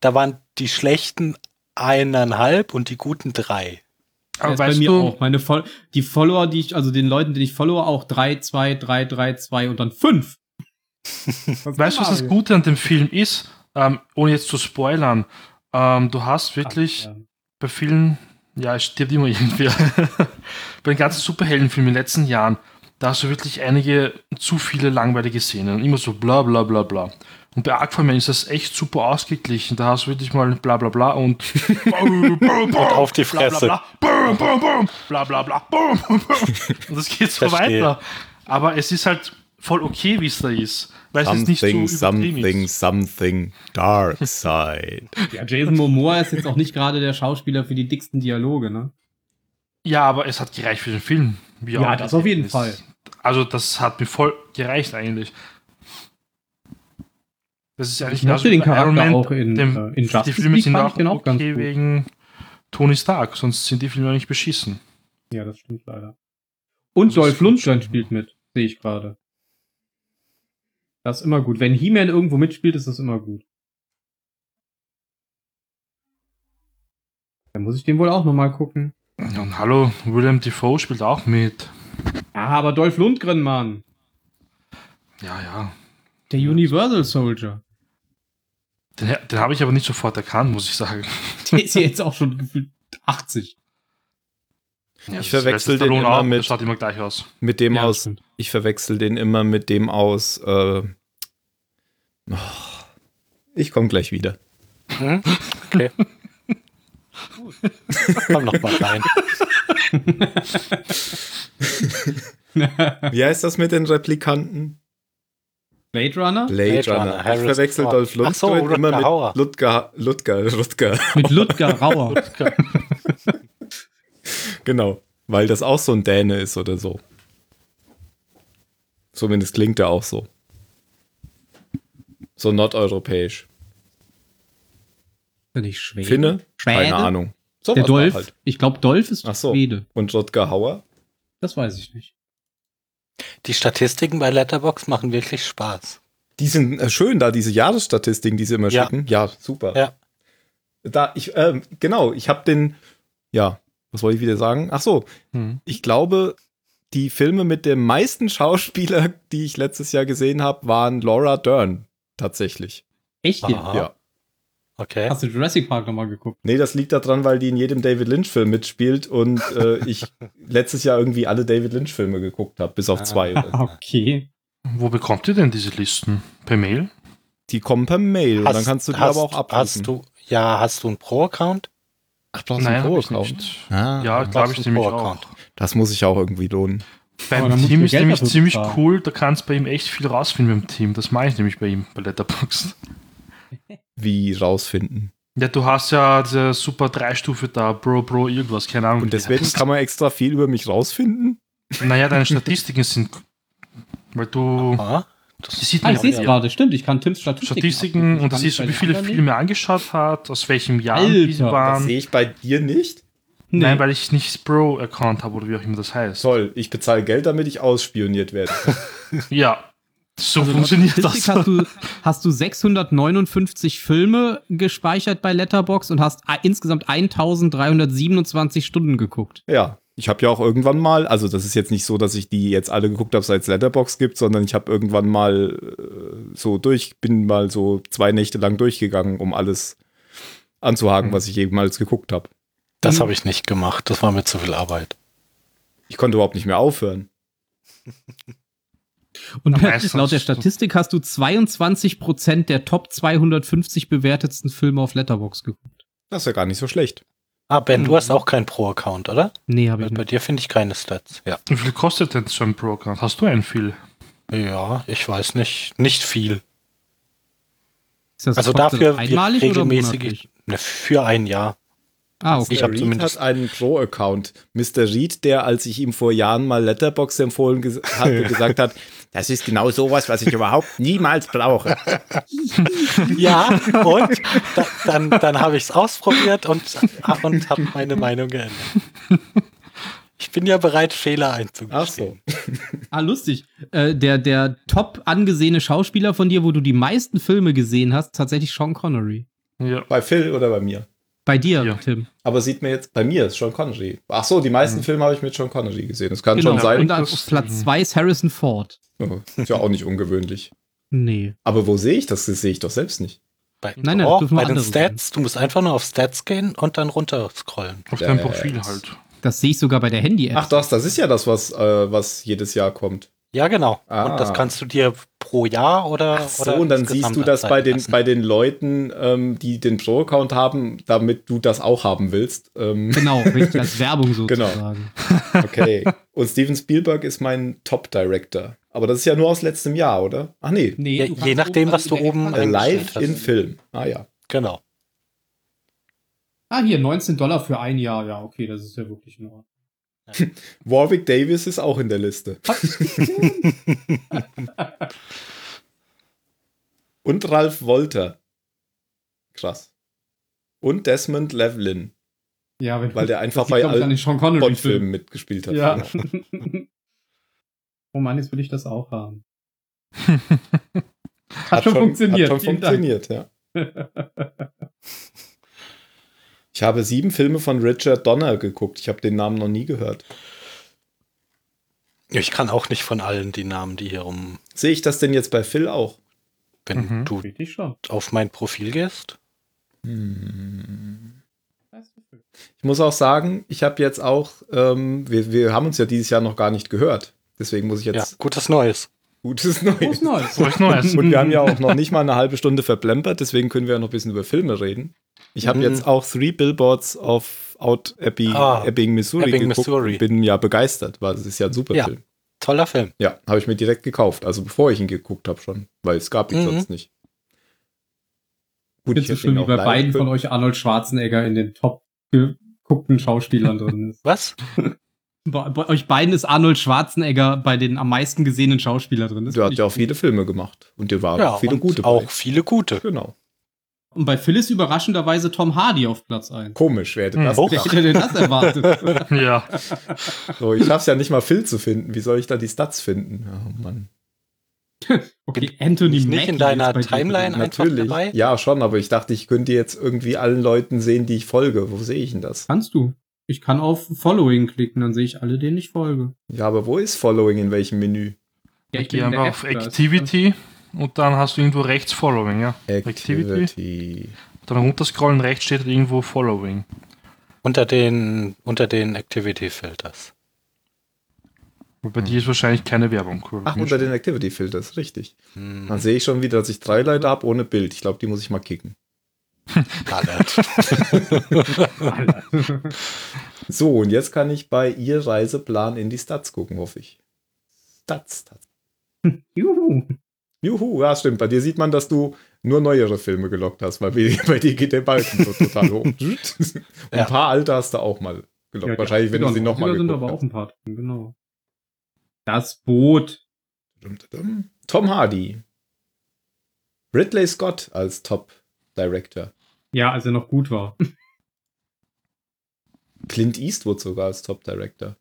Speaker 3: da waren die schlechten eineinhalb und die guten drei.
Speaker 5: Ja,
Speaker 4: aber
Speaker 5: ist bei
Speaker 4: weißt
Speaker 5: mir
Speaker 4: du,
Speaker 5: auch. Meine Fol die Follower, die ich, also den Leuten, den ich follow, auch 3, 2, 3, 3, 2 und dann 5.
Speaker 4: Weißt du, was das Gute an dem Film ist? Ähm, ohne jetzt zu spoilern, ähm, du hast wirklich bei vielen, ja, es stirbt immer irgendwer. bei den ganzen Superheldenfilmen in den letzten Jahren, da hast du wirklich einige zu viele langweilige Szenen. Immer so bla bla bla bla. Und bei Aquaman ist das echt super ausgeglichen. Da hast du wirklich mal bla bla bla und, und
Speaker 3: auf die Fresse.
Speaker 4: Bla bla bla, boom, boom, boom, bla bla bla, boom, boom, boom. Und das geht so
Speaker 3: Verstehe.
Speaker 4: weiter. Aber es ist halt voll okay, wie es da ist. Weil es ist nicht so
Speaker 2: Something,
Speaker 4: übertrieben
Speaker 2: something,
Speaker 4: ist.
Speaker 2: something dark side.
Speaker 5: Ja, Jason Momoa ist jetzt auch nicht gerade der Schauspieler für die dicksten Dialoge, ne?
Speaker 4: Ja, aber es hat gereicht für den Film. Wie
Speaker 5: Ja,
Speaker 4: auch
Speaker 5: das auf jeden
Speaker 4: ist.
Speaker 5: Fall.
Speaker 4: Also das hat mir voll gereicht eigentlich. Das ist eigentlich
Speaker 5: Ich mochte den
Speaker 4: wie bei
Speaker 5: Charakter
Speaker 4: Iron Man.
Speaker 5: auch in, äh, in Justice
Speaker 4: Die Filme
Speaker 5: League
Speaker 4: sind
Speaker 5: fand
Speaker 4: auch
Speaker 5: ich den auch ganz
Speaker 4: okay
Speaker 5: gut.
Speaker 4: wegen Tony Stark, sonst sind die Filme nicht beschissen.
Speaker 5: Ja, das stimmt leider. Und
Speaker 4: Also es
Speaker 5: Dolph Lundgren spielt mit, sehe ich gerade. Das ist immer gut. Wenn He-Man irgendwo mitspielt, ist das immer gut. Dann muss ich den wohl auch nochmal gucken.
Speaker 4: Und hallo, William Defoe spielt auch mit.
Speaker 5: Ja, Ah, aber Dolph Lundgren, Mann.
Speaker 4: Ja, ja.
Speaker 5: Der Universal Soldier.
Speaker 4: Den, den habe ich aber nicht sofort erkannt, muss ich sagen.
Speaker 5: Der ist ja jetzt auch schon gefühlt 80.
Speaker 4: Ja, das
Speaker 2: verwechsel
Speaker 4: weiß der
Speaker 2: den
Speaker 4: Stallone
Speaker 2: immer
Speaker 4: auch,
Speaker 2: mit-
Speaker 4: Das schaut immer gleich aus.
Speaker 2: Mit dem
Speaker 5: Ja,
Speaker 2: aus,
Speaker 5: stimmt.
Speaker 2: ich verwechsel den immer mit dem aus, äh, oh, ich komme gleich wieder.
Speaker 3: Okay. Komm noch mal rein.
Speaker 2: Wie heißt das mit den Replikanten?
Speaker 5: Blade Runner?
Speaker 2: Blade
Speaker 3: Blade Runner,
Speaker 2: Runner. Ich
Speaker 3: Harrison
Speaker 2: verwechsel
Speaker 3: Ford.
Speaker 2: Dolph Lundgren
Speaker 3: Ach so, Rutger
Speaker 2: immer
Speaker 3: Hauer.
Speaker 2: mit Ludger, Ludger, Ludger,
Speaker 5: Mit Ludger Rauer.
Speaker 2: genau. Weil das auch so ein Däne ist oder so. Zumindest klingt er auch so. So nordeuropäisch.
Speaker 5: Finde ich Schwede.
Speaker 2: Finne?
Speaker 5: Schwede?
Speaker 2: Keine Ahnung. So
Speaker 5: Der
Speaker 2: was war
Speaker 5: Dolph.
Speaker 2: Halt.
Speaker 5: Ich glaube, Dolph ist
Speaker 2: Ach so.
Speaker 5: Schwede.
Speaker 2: Und Rutger Hauer?
Speaker 5: Das weiß ich nicht.
Speaker 3: Die Statistiken bei Letterbox machen wirklich Spaß.
Speaker 2: Die sind äh, schön da, diese Jahresstatistiken, die sie immer
Speaker 3: Ja.
Speaker 2: schicken. Ja, super.
Speaker 3: Ja.
Speaker 2: Da, ich, ähm, genau, ich habe den, ja, was wollte ich wieder sagen? Ach so,
Speaker 4: Hm.
Speaker 2: ich glaube, die Filme mit dem meisten Schauspieler, die ich letztes Jahr gesehen habe, waren Laura Dern, tatsächlich.
Speaker 5: Echt ja.
Speaker 3: Aha.
Speaker 2: Ja. Also,
Speaker 3: Okay.
Speaker 5: Hast du Jurassic Park nochmal geguckt?
Speaker 2: Nee, das liegt daran, weil die in jedem David Lynch-Film mitspielt und äh, ich letztes Jahr irgendwie alle David Lynch-Filme geguckt habe, bis auf zwei.
Speaker 3: Ah,
Speaker 5: Okay.
Speaker 4: Wo bekommt ihr denn diese Listen? Per Mail?
Speaker 2: Die kommen per Mail und dann kannst du die
Speaker 3: hast,
Speaker 2: aber auch abrufen.
Speaker 3: Hast du, ja, hast du einen Pro-Account?
Speaker 2: Ach, du hast
Speaker 4: Nein,
Speaker 2: einen
Speaker 4: hab ich
Speaker 2: Pro-Account.
Speaker 4: nicht.
Speaker 2: Ah,
Speaker 4: Ja, glaube ich
Speaker 3: Hast du einen
Speaker 4: nämlich auch.
Speaker 3: Pro-Account?
Speaker 2: Das muss ich auch irgendwie lohnen.
Speaker 5: Aber
Speaker 4: Beim
Speaker 5: dann musst
Speaker 4: Team
Speaker 5: du
Speaker 4: ist
Speaker 5: Geld
Speaker 4: nämlich
Speaker 5: dafür
Speaker 4: ziemlich
Speaker 5: bezahlen.
Speaker 4: cool, da kannst bei ihm echt viel rausfinden beim Team. Das mache ich nämlich bei ihm, bei Letterboxd.
Speaker 2: Wie rausfinden.
Speaker 4: Ja, du hast ja diese super Drei-Stufe da, Bro, Bro, irgendwas, keine Ahnung.
Speaker 2: Und deswegen
Speaker 4: Ja,
Speaker 2: kann man extra viel über mich rausfinden?
Speaker 4: das- Naja, deine Statistiken sind. Weil du.
Speaker 3: Ah,
Speaker 4: Die sieht
Speaker 5: Ah,
Speaker 4: man
Speaker 5: ich sehe es
Speaker 4: ja.
Speaker 5: gerade. Stimmt, ich kann Tims Statistiken.
Speaker 4: Statistiken
Speaker 5: abrufen.
Speaker 4: und da
Speaker 5: Kann
Speaker 4: siehst
Speaker 5: ich
Speaker 4: du,
Speaker 5: bei
Speaker 4: wie viele
Speaker 5: den anderen
Speaker 4: Filme er angeschaut hat, aus welchem Jahr
Speaker 5: Alter,
Speaker 4: diese
Speaker 2: Das
Speaker 4: waren.
Speaker 2: sehe ich bei dir nicht.
Speaker 5: nicht?
Speaker 4: Nein,
Speaker 5: Nee.
Speaker 4: weil ich nicht Bro-Account habe oder wie auch immer das heißt.
Speaker 2: Toll, ich bezahle Geld, damit ich ausspioniert werde.
Speaker 4: Ja. So
Speaker 5: Also laut
Speaker 4: funktioniert das.
Speaker 5: Statistik Hast du, hast du 659 Filme gespeichert bei Letterbox und hast a- insgesamt 1327 Stunden geguckt.
Speaker 2: ja, ich habe ja auch irgendwann mal, also das ist jetzt nicht so, dass ich die jetzt alle geguckt habe, seit es Letterbox gibt, sondern ich habe irgendwann mal äh, so durch, bin mal so zwei Nächte lang durchgegangen, um alles anzuhaken, was ich jemals geguckt habe. Mhm.
Speaker 3: das habe ich nicht gemacht. Das war mir zu viel Arbeit.
Speaker 2: Ich konnte überhaupt nicht mehr aufhören.
Speaker 5: Und
Speaker 4: Am meisten
Speaker 5: laut der
Speaker 4: hast du-
Speaker 5: Statistik hast du 22% der Top 250 bewertetsten Filme auf Letterbox geguckt.
Speaker 2: Das ist ja gar nicht so schlecht.
Speaker 3: Ah, Ben,
Speaker 2: Mhm.
Speaker 3: du hast auch keinen Pro-Account, oder?
Speaker 5: Nee, habe ich
Speaker 3: Weil bei
Speaker 5: nicht.
Speaker 3: dir finde ich keine Stats. Ja.
Speaker 4: Wie viel kostet denn so ein Pro-Account? Hast du einen viel?
Speaker 3: Ja, ich weiß nicht. Nicht viel.
Speaker 5: Ist das
Speaker 3: Also
Speaker 5: kostet
Speaker 3: dafür
Speaker 5: das
Speaker 3: wird regelmäßig.
Speaker 5: monatlich?
Speaker 3: Ne, für ein Jahr.
Speaker 5: Ah, okay.
Speaker 3: Ich hab
Speaker 2: Mr. Reed
Speaker 3: zumindest-
Speaker 2: hat einen Pro-Account. Mr. Reed, der, als ich ihm vor Jahren mal Letterbox empfohlen ges hatte, gesagt hat, das ist genau sowas, was ich überhaupt niemals brauche.
Speaker 3: Ja, und da, dann, dann habe ich es ausprobiert und, und habe meine Meinung geändert. Ich bin ja bereit, Fehler einzugestehen.
Speaker 2: Ach so.
Speaker 5: Ah, lustig. Äh, der, der top angesehene Schauspieler von dir, wo du die meisten Filme gesehen hast, tatsächlich Sean Connery.
Speaker 4: Ja.
Speaker 2: Bei Phil oder bei mir?
Speaker 5: Bei dir,
Speaker 4: Ja.
Speaker 5: Tim.
Speaker 2: Aber sieht mir jetzt, bei mir ist Sean Connery. Ach so, die meisten Filme habe ich mit Sean Connery gesehen. Das kann schon
Speaker 5: Genau. Und
Speaker 2: sein.
Speaker 5: auf
Speaker 2: Mhm.
Speaker 5: Platz 2 ist Harrison Ford.
Speaker 2: Oh, Ist ja auch nicht ungewöhnlich.
Speaker 5: Nee.
Speaker 2: Aber wo sehe ich das? Das sehe ich doch selbst nicht.
Speaker 3: Bei,
Speaker 5: Nein, nein,
Speaker 3: oh,
Speaker 5: dürfen wir
Speaker 3: bei den
Speaker 5: andere
Speaker 3: Stats, du musst einfach nur auf Stats gehen und dann runter scrollen.
Speaker 4: Auf deinem
Speaker 2: Äh,
Speaker 4: Profil halt.
Speaker 5: Das sehe ich sogar bei der Handy-App.
Speaker 2: Ach das, das ist ja das, was, äh, was jedes Jahr kommt.
Speaker 3: Ja, genau.
Speaker 2: Ah.
Speaker 3: Und das kannst du dir pro Jahr oder.
Speaker 2: Ach so,
Speaker 3: oder
Speaker 2: und dann siehst
Speaker 3: insgesamt
Speaker 2: du das bei
Speaker 3: anzeigen
Speaker 2: den,
Speaker 3: lassen.
Speaker 2: bei den Leuten, ähm, die den Pro-Account haben, damit du das auch haben willst. Ähm,
Speaker 5: Genau, richtig, als Werbung
Speaker 2: Genau.
Speaker 5: sozusagen.
Speaker 2: Okay. Und Steven Spielberg ist mein Top-Director. Aber das ist ja nur aus letztem Jahr, oder? Ach nee.
Speaker 5: Nee,
Speaker 3: Ja,
Speaker 5: kannst
Speaker 3: je nachdem,
Speaker 5: oben-
Speaker 3: was du
Speaker 5: also der
Speaker 3: oben
Speaker 5: kann-
Speaker 3: ein-
Speaker 2: Äh, Live
Speaker 3: eingestellt
Speaker 2: in
Speaker 3: hast.
Speaker 2: Film. Ah ja.
Speaker 3: Genau.
Speaker 5: Ah, hier, 19 Dollar für ein Jahr. Ja, okay, das ist ja wirklich in Ordnung.
Speaker 2: Warwick Davis ist auch in der Liste. Und Ralf Wolter. Krass. Und Desmond Levlin,
Speaker 5: Ja, wenn
Speaker 2: weil der einfach bei
Speaker 5: glaub ich, an
Speaker 2: allen
Speaker 5: den Sean Connery
Speaker 2: Bond-Filmen mitgespielt hat.
Speaker 5: Ja. oh Mann, jetzt will ich das auch haben. Hat, schon funktioniert.
Speaker 2: Hat schon
Speaker 5: vielen Dank.
Speaker 2: funktioniert, ja. Ich habe sieben Filme von Richard Donner geguckt. Ich habe den Namen noch nie gehört.
Speaker 3: Ich kann auch nicht von allen die Namen, die hier rum.
Speaker 2: Sehe ich das denn jetzt bei Phil auch?
Speaker 3: Wenn
Speaker 4: Mhm.
Speaker 3: du
Speaker 5: Richtig schon.
Speaker 3: auf mein Profil gehst.
Speaker 2: Ich muss auch sagen, ich habe jetzt auch, ähm, wir, wir haben uns ja dieses Jahr noch gar nicht gehört. Deswegen muss ich jetzt
Speaker 3: Ja, gutes Neues.
Speaker 2: gutes Neues.
Speaker 5: Groß Neues.
Speaker 4: Was Neues.
Speaker 2: Und wir haben ja auch noch nicht mal eine halbe Stunde verplempert, deswegen können wir ja noch ein bisschen über Filme reden. Ich habe
Speaker 3: Mhm.
Speaker 2: jetzt auch Three Billboards of Out Ebbing,
Speaker 3: Ah,
Speaker 2: Ebbing Missouri
Speaker 3: Ebbing,
Speaker 2: geguckt
Speaker 3: Missouri.
Speaker 2: und bin ja begeistert, weil es ist ja ein super
Speaker 3: Ja.
Speaker 2: Film.
Speaker 3: Toller Film.
Speaker 2: Ja, habe ich mir direkt gekauft, also bevor ich ihn geguckt habe schon, weil es gab ihn
Speaker 3: Mhm.
Speaker 2: sonst nicht. Gut,
Speaker 5: Nicht so
Speaker 2: hätte
Speaker 5: schlimm
Speaker 2: ihn
Speaker 5: wie
Speaker 2: auch
Speaker 5: bei
Speaker 2: leider-
Speaker 5: beiden von euch Arnold Schwarzenegger in den top geguckten Schauspielern drin ist.
Speaker 3: Was?
Speaker 5: Bei, bei euch beiden ist Arnold Schwarzenegger bei den am meisten gesehenen Schauspielern drin. Das
Speaker 2: Du
Speaker 5: find
Speaker 2: hast
Speaker 5: ich
Speaker 2: ja auch
Speaker 5: gut.
Speaker 2: viele Filme gemacht und dir waren auch viele
Speaker 3: und
Speaker 2: gute
Speaker 3: Auch
Speaker 2: bei.
Speaker 3: viele gute.
Speaker 2: Genau.
Speaker 5: Und bei Phil ist überraschenderweise Tom Hardy auf Platz 1.
Speaker 2: Komisch, wer hätte
Speaker 4: Hm.
Speaker 2: das
Speaker 3: Oh.
Speaker 5: Wer
Speaker 2: gedacht?
Speaker 5: hätte denn das erwartet?
Speaker 4: ja.
Speaker 2: So, ich schaff's ja nicht mal Phil zu finden. Wie soll ich da die Stats finden? Oh Mann.
Speaker 5: Okay, Anthony
Speaker 3: Nicht in
Speaker 5: Mackie
Speaker 3: deiner
Speaker 5: ist bei dir
Speaker 3: Timeline
Speaker 5: drin.
Speaker 3: Einfach
Speaker 2: Natürlich.
Speaker 3: dabei?
Speaker 2: Ja, schon, aber ich dachte, ich könnte jetzt irgendwie allen Leuten sehen, die ich folge. Wo sehe ich denn das?
Speaker 5: Kannst du. Ich kann auf Following klicken, dann sehe ich alle, denen ich folge.
Speaker 2: Ja, aber wo ist Following in welchem Menü?
Speaker 5: Ja,
Speaker 4: Ich gehe
Speaker 5: bin in
Speaker 4: einfach
Speaker 5: der
Speaker 4: auf
Speaker 5: App-Class.
Speaker 4: Activity und dann hast du irgendwo rechts Following, ja.
Speaker 2: Activity.
Speaker 4: Dann runterscrollen, rechts steht irgendwo Following.
Speaker 3: Unter den, unter den Activity-Filters.
Speaker 4: Und bei dir ist wahrscheinlich keine Werbung.
Speaker 2: Ach, unter den Activity-Filters, richtig.
Speaker 3: Hm,
Speaker 2: Dann sehe ich schon wieder, dass ich drei Leute habe ohne Bild. Ich glaube, die muss ich mal kicken.
Speaker 3: ballert.
Speaker 2: So, und jetzt kann ich bei ihr Reiseplan in die Stats gucken, hoffe ich. Stats, Stats.
Speaker 5: Juhu.
Speaker 2: Juhu, ja, stimmt. Bei dir sieht man, dass du nur neuere Filme gelockt hast, weil bei, bei dir geht der Balken so total hoch. Und
Speaker 3: Ja.
Speaker 2: ein paar alte hast du auch mal gelockt. Wahrscheinlich, wenn du sie nochmal
Speaker 5: sind
Speaker 2: geguckt
Speaker 5: aber auch
Speaker 2: hast.
Speaker 5: ein paar drin, genau. Das Boot.
Speaker 2: Dum, dum, dum. Tom Hardy. Ridley Scott als Top Director.
Speaker 5: Ja, als er noch gut war.
Speaker 2: Clint Eastwood sogar als Top Director.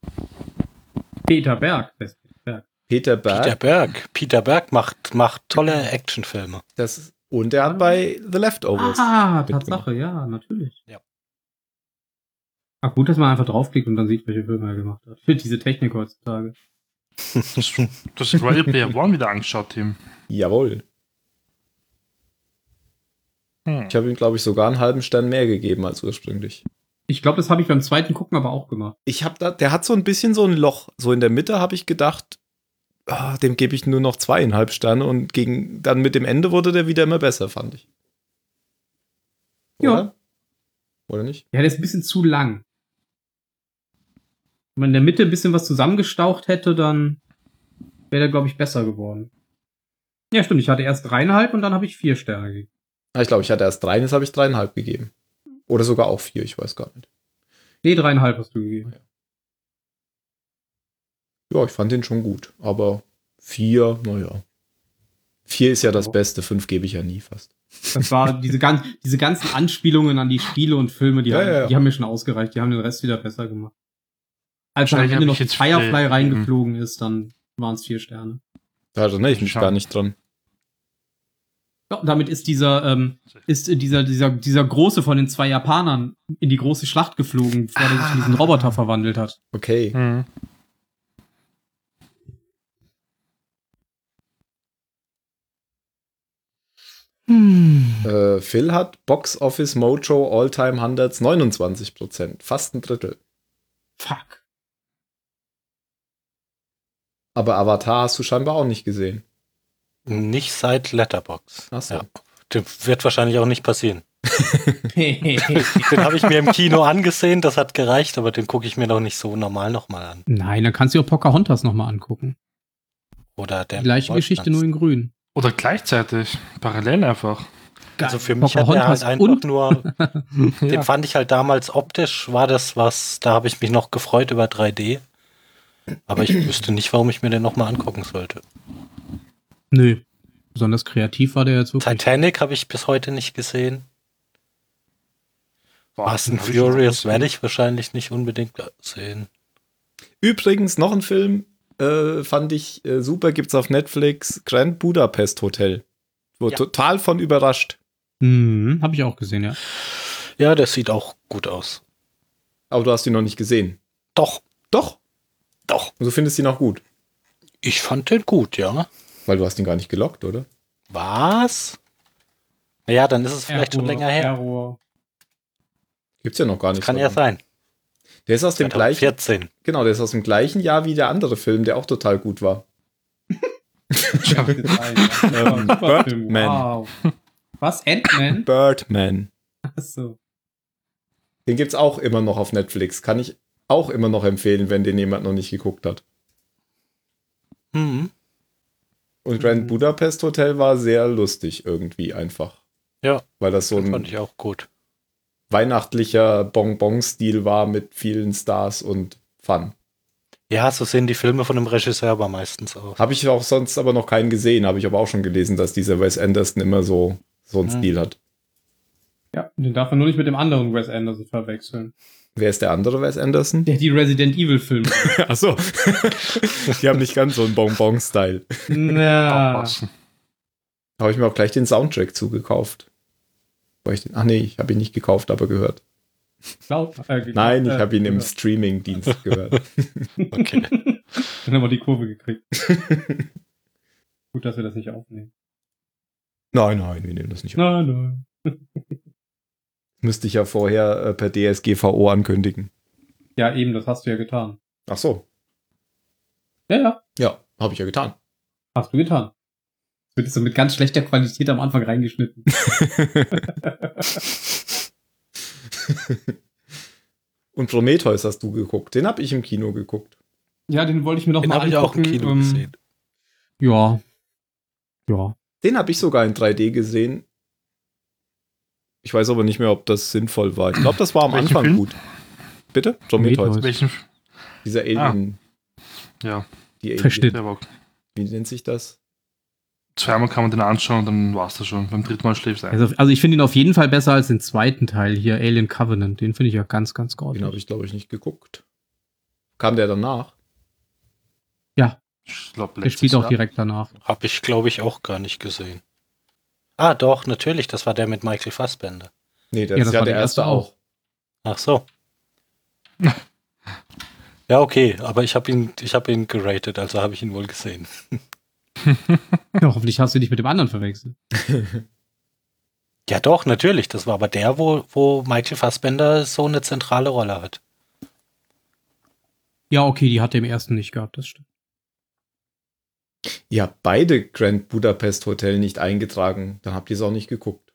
Speaker 5: Peter Berg. Das ist
Speaker 2: Peter
Speaker 5: Peter Berg.
Speaker 2: Berg.
Speaker 3: Peter Berg. Peter Berg macht, macht tolle Actionfilme.
Speaker 2: Das ist, und er hat bei The Leftovers.
Speaker 5: Ah,
Speaker 2: mitgemacht.
Speaker 5: Tatsache, ja, natürlich.
Speaker 3: Ja.
Speaker 5: Ach, gut, dass man einfach draufklickt und dann sieht, welche Filme er gemacht hat. Für diese Technik heutzutage.
Speaker 4: Du hast Royal Player One wieder angeschaut, Tim.
Speaker 2: Jawohl.
Speaker 4: Hm.
Speaker 2: Ich habe ihm, glaube ich, sogar einen halben Stern mehr gegeben als ursprünglich.
Speaker 5: Ich glaube, das habe ich beim zweiten Gucken aber auch gemacht.
Speaker 2: Ich habe da, der hat so ein bisschen so ein Loch. So in der Mitte habe ich gedacht, ah, dem gebe ich nur noch zweieinhalb Sterne und gegen, dann mit dem Ende wurde der wieder immer besser, fand ich.
Speaker 5: Ja.
Speaker 2: Oder? Oder nicht?
Speaker 5: Ja, der ist ein bisschen zu lang. Wenn man in der Mitte ein bisschen was zusammengestaucht hätte, dann wäre der, glaube ich, besser geworden. Ja, stimmt. Ich hatte erst dreieinhalb und dann habe ich vier Sterne gegeben.
Speaker 2: Ah, Ich glaube, ich hatte erst drei, jetzt habe ich dreieinhalb gegeben. Oder sogar auch vier, ich weiß gar nicht.
Speaker 5: Nee, dreieinhalb hast du gegeben.
Speaker 2: Ja, ich fand den schon gut, aber vier, naja. Vier ist ja das
Speaker 5: Ja.
Speaker 2: Beste, fünf gebe ich ja nie fast.
Speaker 5: Das war diese, gan diese ganzen Anspielungen an die Spiele und Filme, die,
Speaker 2: Ja,
Speaker 5: haben,
Speaker 2: ja, ja.
Speaker 5: die haben mir schon ausgereicht. Die haben den Rest wieder besser gemacht. Als dann am
Speaker 4: Wahrscheinlich
Speaker 5: Ende
Speaker 4: hab
Speaker 5: noch
Speaker 4: ich
Speaker 5: die
Speaker 4: jetzt Mhm.
Speaker 5: Firefly
Speaker 4: viel-
Speaker 5: reingeflogen ist, dann waren es vier Sterne.
Speaker 2: Da erinnere ich mich
Speaker 4: Schade.
Speaker 2: gar nicht dran.
Speaker 5: Ja, und damit ist dieser, ähm, ist dieser, dieser, dieser Große von den zwei Japanern in die große Schlacht geflogen, bevor er sich in diesen
Speaker 3: Ah.
Speaker 5: Roboter verwandelt hat.
Speaker 2: Okay.
Speaker 4: Hm.
Speaker 2: Äh, Phil hat Box Office Mojo All-Time Hundreds 29%, fast ein Drittel.
Speaker 5: Fuck.
Speaker 2: Aber Avatar hast du scheinbar auch nicht gesehen.
Speaker 3: Nicht seit Letterbox.
Speaker 2: Ach so.
Speaker 3: Das wird wahrscheinlich auch nicht passieren.
Speaker 5: Nein,
Speaker 3: Den habe ich mir im Kino angesehen, das hat gereicht, aber den gucke ich mir doch nicht so normal nochmal an.
Speaker 5: dann kannst du dir auch Pocahontas nochmal angucken.
Speaker 3: Oder der
Speaker 5: Die gleiche Geschichte, nur in grün.
Speaker 4: Oder gleichzeitig, parallel einfach.
Speaker 3: Also für mich hat er halt einfach nur, den fand ich halt damals optisch, war das was, da habe ich mich noch gefreut über 3D. Aber ich wüsste nicht, warum ich mir den nochmal angucken sollte.
Speaker 5: Nö. Besonders kreativ war der jetzt wirklich.
Speaker 3: Titanic habe ich bis heute nicht gesehen.
Speaker 4: Boah,
Speaker 3: Fast and
Speaker 4: hab ich noch
Speaker 3: Furious
Speaker 4: nicht
Speaker 3: werde ich wahrscheinlich nicht unbedingt sehen.
Speaker 2: Übrigens noch ein Film, äh, fand ich äh, super, gibt's auf Netflix, Grand Budapest Hotel. Wurde
Speaker 3: Ja.
Speaker 2: total von überrascht.
Speaker 5: Mhm, hab ich auch gesehen, ja.
Speaker 3: Ja, das sieht auch gut aus.
Speaker 2: Aber du hast ihn noch nicht gesehen.
Speaker 3: Doch,
Speaker 2: Doch.
Speaker 3: doch.
Speaker 2: Und du findest ihn auch gut.
Speaker 3: Ich fand den gut, ja.
Speaker 2: Weil du hast ihn gar nicht gelockt, oder?
Speaker 3: Was? Naja, dann ist es vielleicht schon länger her.
Speaker 5: Error.
Speaker 2: Gibt's ja noch gar nicht.
Speaker 3: Kann
Speaker 2: so
Speaker 3: ja
Speaker 2: lange.
Speaker 3: sein.
Speaker 2: Der ist aus dem gleichen,
Speaker 3: 2014.
Speaker 2: genau, der ist aus dem gleichen Jahr wie der andere Film, der auch total gut war. Ähm, Birdman.
Speaker 5: Wow. Was? Ant-Man?
Speaker 2: Birdman.
Speaker 5: Achso.
Speaker 2: Den gibt's auch immer noch auf Netflix. Kann ich auch immer noch empfehlen, wenn den jemand noch nicht geguckt hat.
Speaker 3: Mhm.
Speaker 2: Und Grand Budapest Hotel war sehr lustig irgendwie einfach.
Speaker 3: Ja.
Speaker 2: Weil das
Speaker 4: Hm.
Speaker 2: so
Speaker 3: Fand
Speaker 2: ein
Speaker 3: ich auch gut.
Speaker 2: weihnachtlicher Bonbon-Stil war mit vielen Stars und Fun.
Speaker 3: Ja, so sehen die Filme von dem Regisseur aber meistens aus.
Speaker 2: Habe ich auch sonst aber noch keinen gesehen. Habe ich aber auch schon gelesen, dass dieser Wes Anderson immer so, so einen
Speaker 3: Hm.
Speaker 2: Stil hat.
Speaker 5: Ja, den darf man nur nicht mit dem anderen Wes Anderson verwechseln.
Speaker 2: Wer ist der andere Wes Anderson?
Speaker 5: Der die Resident Evil Filme.
Speaker 2: Achso. Die haben nicht ganz so einen Bonbon-Style.
Speaker 3: Oh,
Speaker 5: Na.
Speaker 4: Aufpassen.
Speaker 2: Da habe ich mir auch gleich den Soundtrack zugekauft. Weil ich den, ach nee, ich habe ihn nicht gekauft, aber gehört.
Speaker 5: Glaub, äh,
Speaker 2: Nein, ich
Speaker 5: äh,
Speaker 2: habe ihn im
Speaker 5: ja.
Speaker 2: Streaming-Dienst gehört.
Speaker 3: Okay.
Speaker 5: Dann haben wir die Kurve gekriegt. Gut, dass wir das nicht aufnehmen.
Speaker 2: Nein, nein, wir nehmen das nicht. auf.
Speaker 5: Nein, nein.
Speaker 2: Müsste ich ja vorher äh, per DSGVO ankündigen.
Speaker 5: Ja, eben, das hast du ja getan.
Speaker 2: Ach so.
Speaker 5: Ja, ja,
Speaker 2: Ja, habe ich ja getan.
Speaker 5: hast du getan. Das wird jetzt so mit ganz schlechter Qualität am Anfang reingeschnitten.
Speaker 2: Und Prometheus hast du geguckt. Den habe ich im Kino geguckt.
Speaker 5: Ja, den wollte ich mir noch
Speaker 3: Den
Speaker 5: mal
Speaker 3: habe ich auch im
Speaker 5: angucken,
Speaker 3: Kino
Speaker 5: ähm,
Speaker 3: gesehen.
Speaker 5: Ja. Ja.
Speaker 2: Den habe ich sogar in 3D gesehen. Ich weiß aber nicht mehr, ob das sinnvoll war. Ich glaube, das war am
Speaker 4: Welchen
Speaker 2: Anfang
Speaker 4: Film?
Speaker 2: gut. Bitte? Prometheus.
Speaker 5: Prometheus. Ah.
Speaker 4: Welchen?
Speaker 2: Dieser Alien.
Speaker 4: Ja,
Speaker 2: Die Alien.
Speaker 5: Verstehe.
Speaker 4: der war.
Speaker 2: Wie nennt sich das?
Speaker 4: Zweimal kann man den anschauen, dann war's das schon. Beim dritten Mal schläfst du ein.
Speaker 5: Also, also ich finde ihn auf jeden Fall besser als den zweiten Teil hier, Alien Covenant. Den finde ich ja ganz, ganz
Speaker 2: Den habe
Speaker 5: großartig.
Speaker 2: ich, glaube ich, nicht geguckt. Kam der danach?
Speaker 4: ich glaub,
Speaker 5: Der
Speaker 4: letztes
Speaker 5: spielt auch
Speaker 4: Jahr.
Speaker 5: direkt danach.
Speaker 3: Hab ich, glaube ich, auch gar nicht gesehen. Ah, doch, natürlich, das war der mit Michael Fassbender.
Speaker 2: Nee, das
Speaker 5: Ja,
Speaker 2: ist
Speaker 5: das
Speaker 2: ja
Speaker 5: war
Speaker 2: der
Speaker 5: der
Speaker 2: erste
Speaker 5: erste
Speaker 2: auch.
Speaker 3: Ach so. ja, okay, aber ich habe ihn, ich habe ihn geratet, also habe ich ihn wohl gesehen.
Speaker 5: Ja, hoffentlich hast du dich mit dem anderen verwechselt.
Speaker 3: Ja, doch, natürlich, das war aber der, wo, wo Michael Fassbender so eine zentrale Rolle hat.
Speaker 5: Ja, okay, die hat er im ersten nicht gehabt, das stimmt.
Speaker 2: Ihr habt beide Grand Budapest Hotel nicht eingetragen. Dann habt ihr es auch nicht geguckt.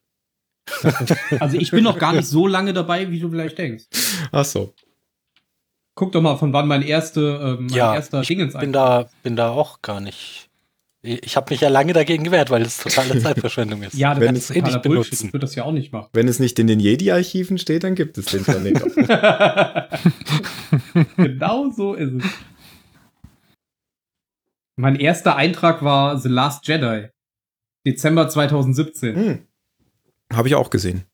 Speaker 5: Also ich bin noch gar nicht so lange dabei, wie du vielleicht denkst.
Speaker 2: Ach so.
Speaker 5: Guck doch mal, von wann mein, erste, ähm, mein
Speaker 3: Ja,
Speaker 5: erster
Speaker 3: ich
Speaker 5: Dingens
Speaker 3: Bin da, bin da auch gar nicht. Ich habe mich ja lange dagegen gewehrt, weil es totale Zeitverschwendung ist.
Speaker 5: Ja, das
Speaker 2: Wenn
Speaker 3: es
Speaker 5: ist
Speaker 3: eh nicht
Speaker 5: totaler Bullshit.
Speaker 3: benutzen.
Speaker 5: Ich würde das ja auch nicht machen.
Speaker 2: Wenn es nicht in den Jedi-Archiven steht, dann gibt es den Planet. auch.
Speaker 5: genau so ist es. Mein erster Eintrag war The Last Jedi. Dezember 2017.
Speaker 2: hm. Habe ich auch gesehen.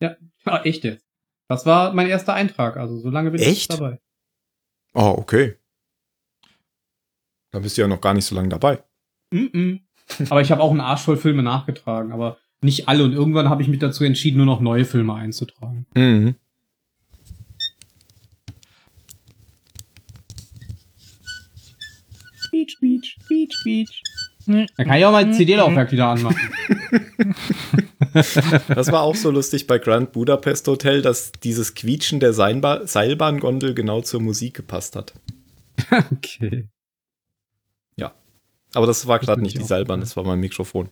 Speaker 5: Ja, Ah, echt jetzt. Das war mein erster Eintrag, also so lange bin ich
Speaker 2: Echt?
Speaker 5: dabei.
Speaker 2: Ah, okay. Da bist du ja noch gar nicht so lange dabei.
Speaker 5: Mm -mm. Aber ich habe auch einen Arsch voll Filme nachgetragen, aber nicht alle. Und irgendwann habe ich mich dazu entschieden, nur noch neue Filme einzutragen.
Speaker 2: Mhm.
Speaker 5: Beach, Beach, Beach, Beach. Da kann ich auch mal ein CD-Laufwerk wieder anmachen.
Speaker 2: Das war auch so lustig bei Grand Budapest Hotel, dass dieses Quietschen der Seinba Seilbahngondel genau zur Musik gepasst hat.
Speaker 5: Okay.
Speaker 2: Aber das war gerade
Speaker 5: bin
Speaker 2: nicht
Speaker 5: ich
Speaker 2: die
Speaker 5: auch.
Speaker 2: Seilbahn, das war mein Mikrofon.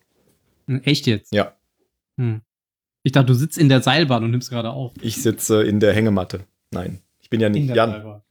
Speaker 5: Echt jetzt?
Speaker 2: Ja.
Speaker 5: Hm. Ich dachte, du sitzt in der Seilbahn und nimmst gerade auf.
Speaker 2: Ich sitze in der Hängematte. Nein, ich bin ja nicht Jan.
Speaker 5: Seilbahn.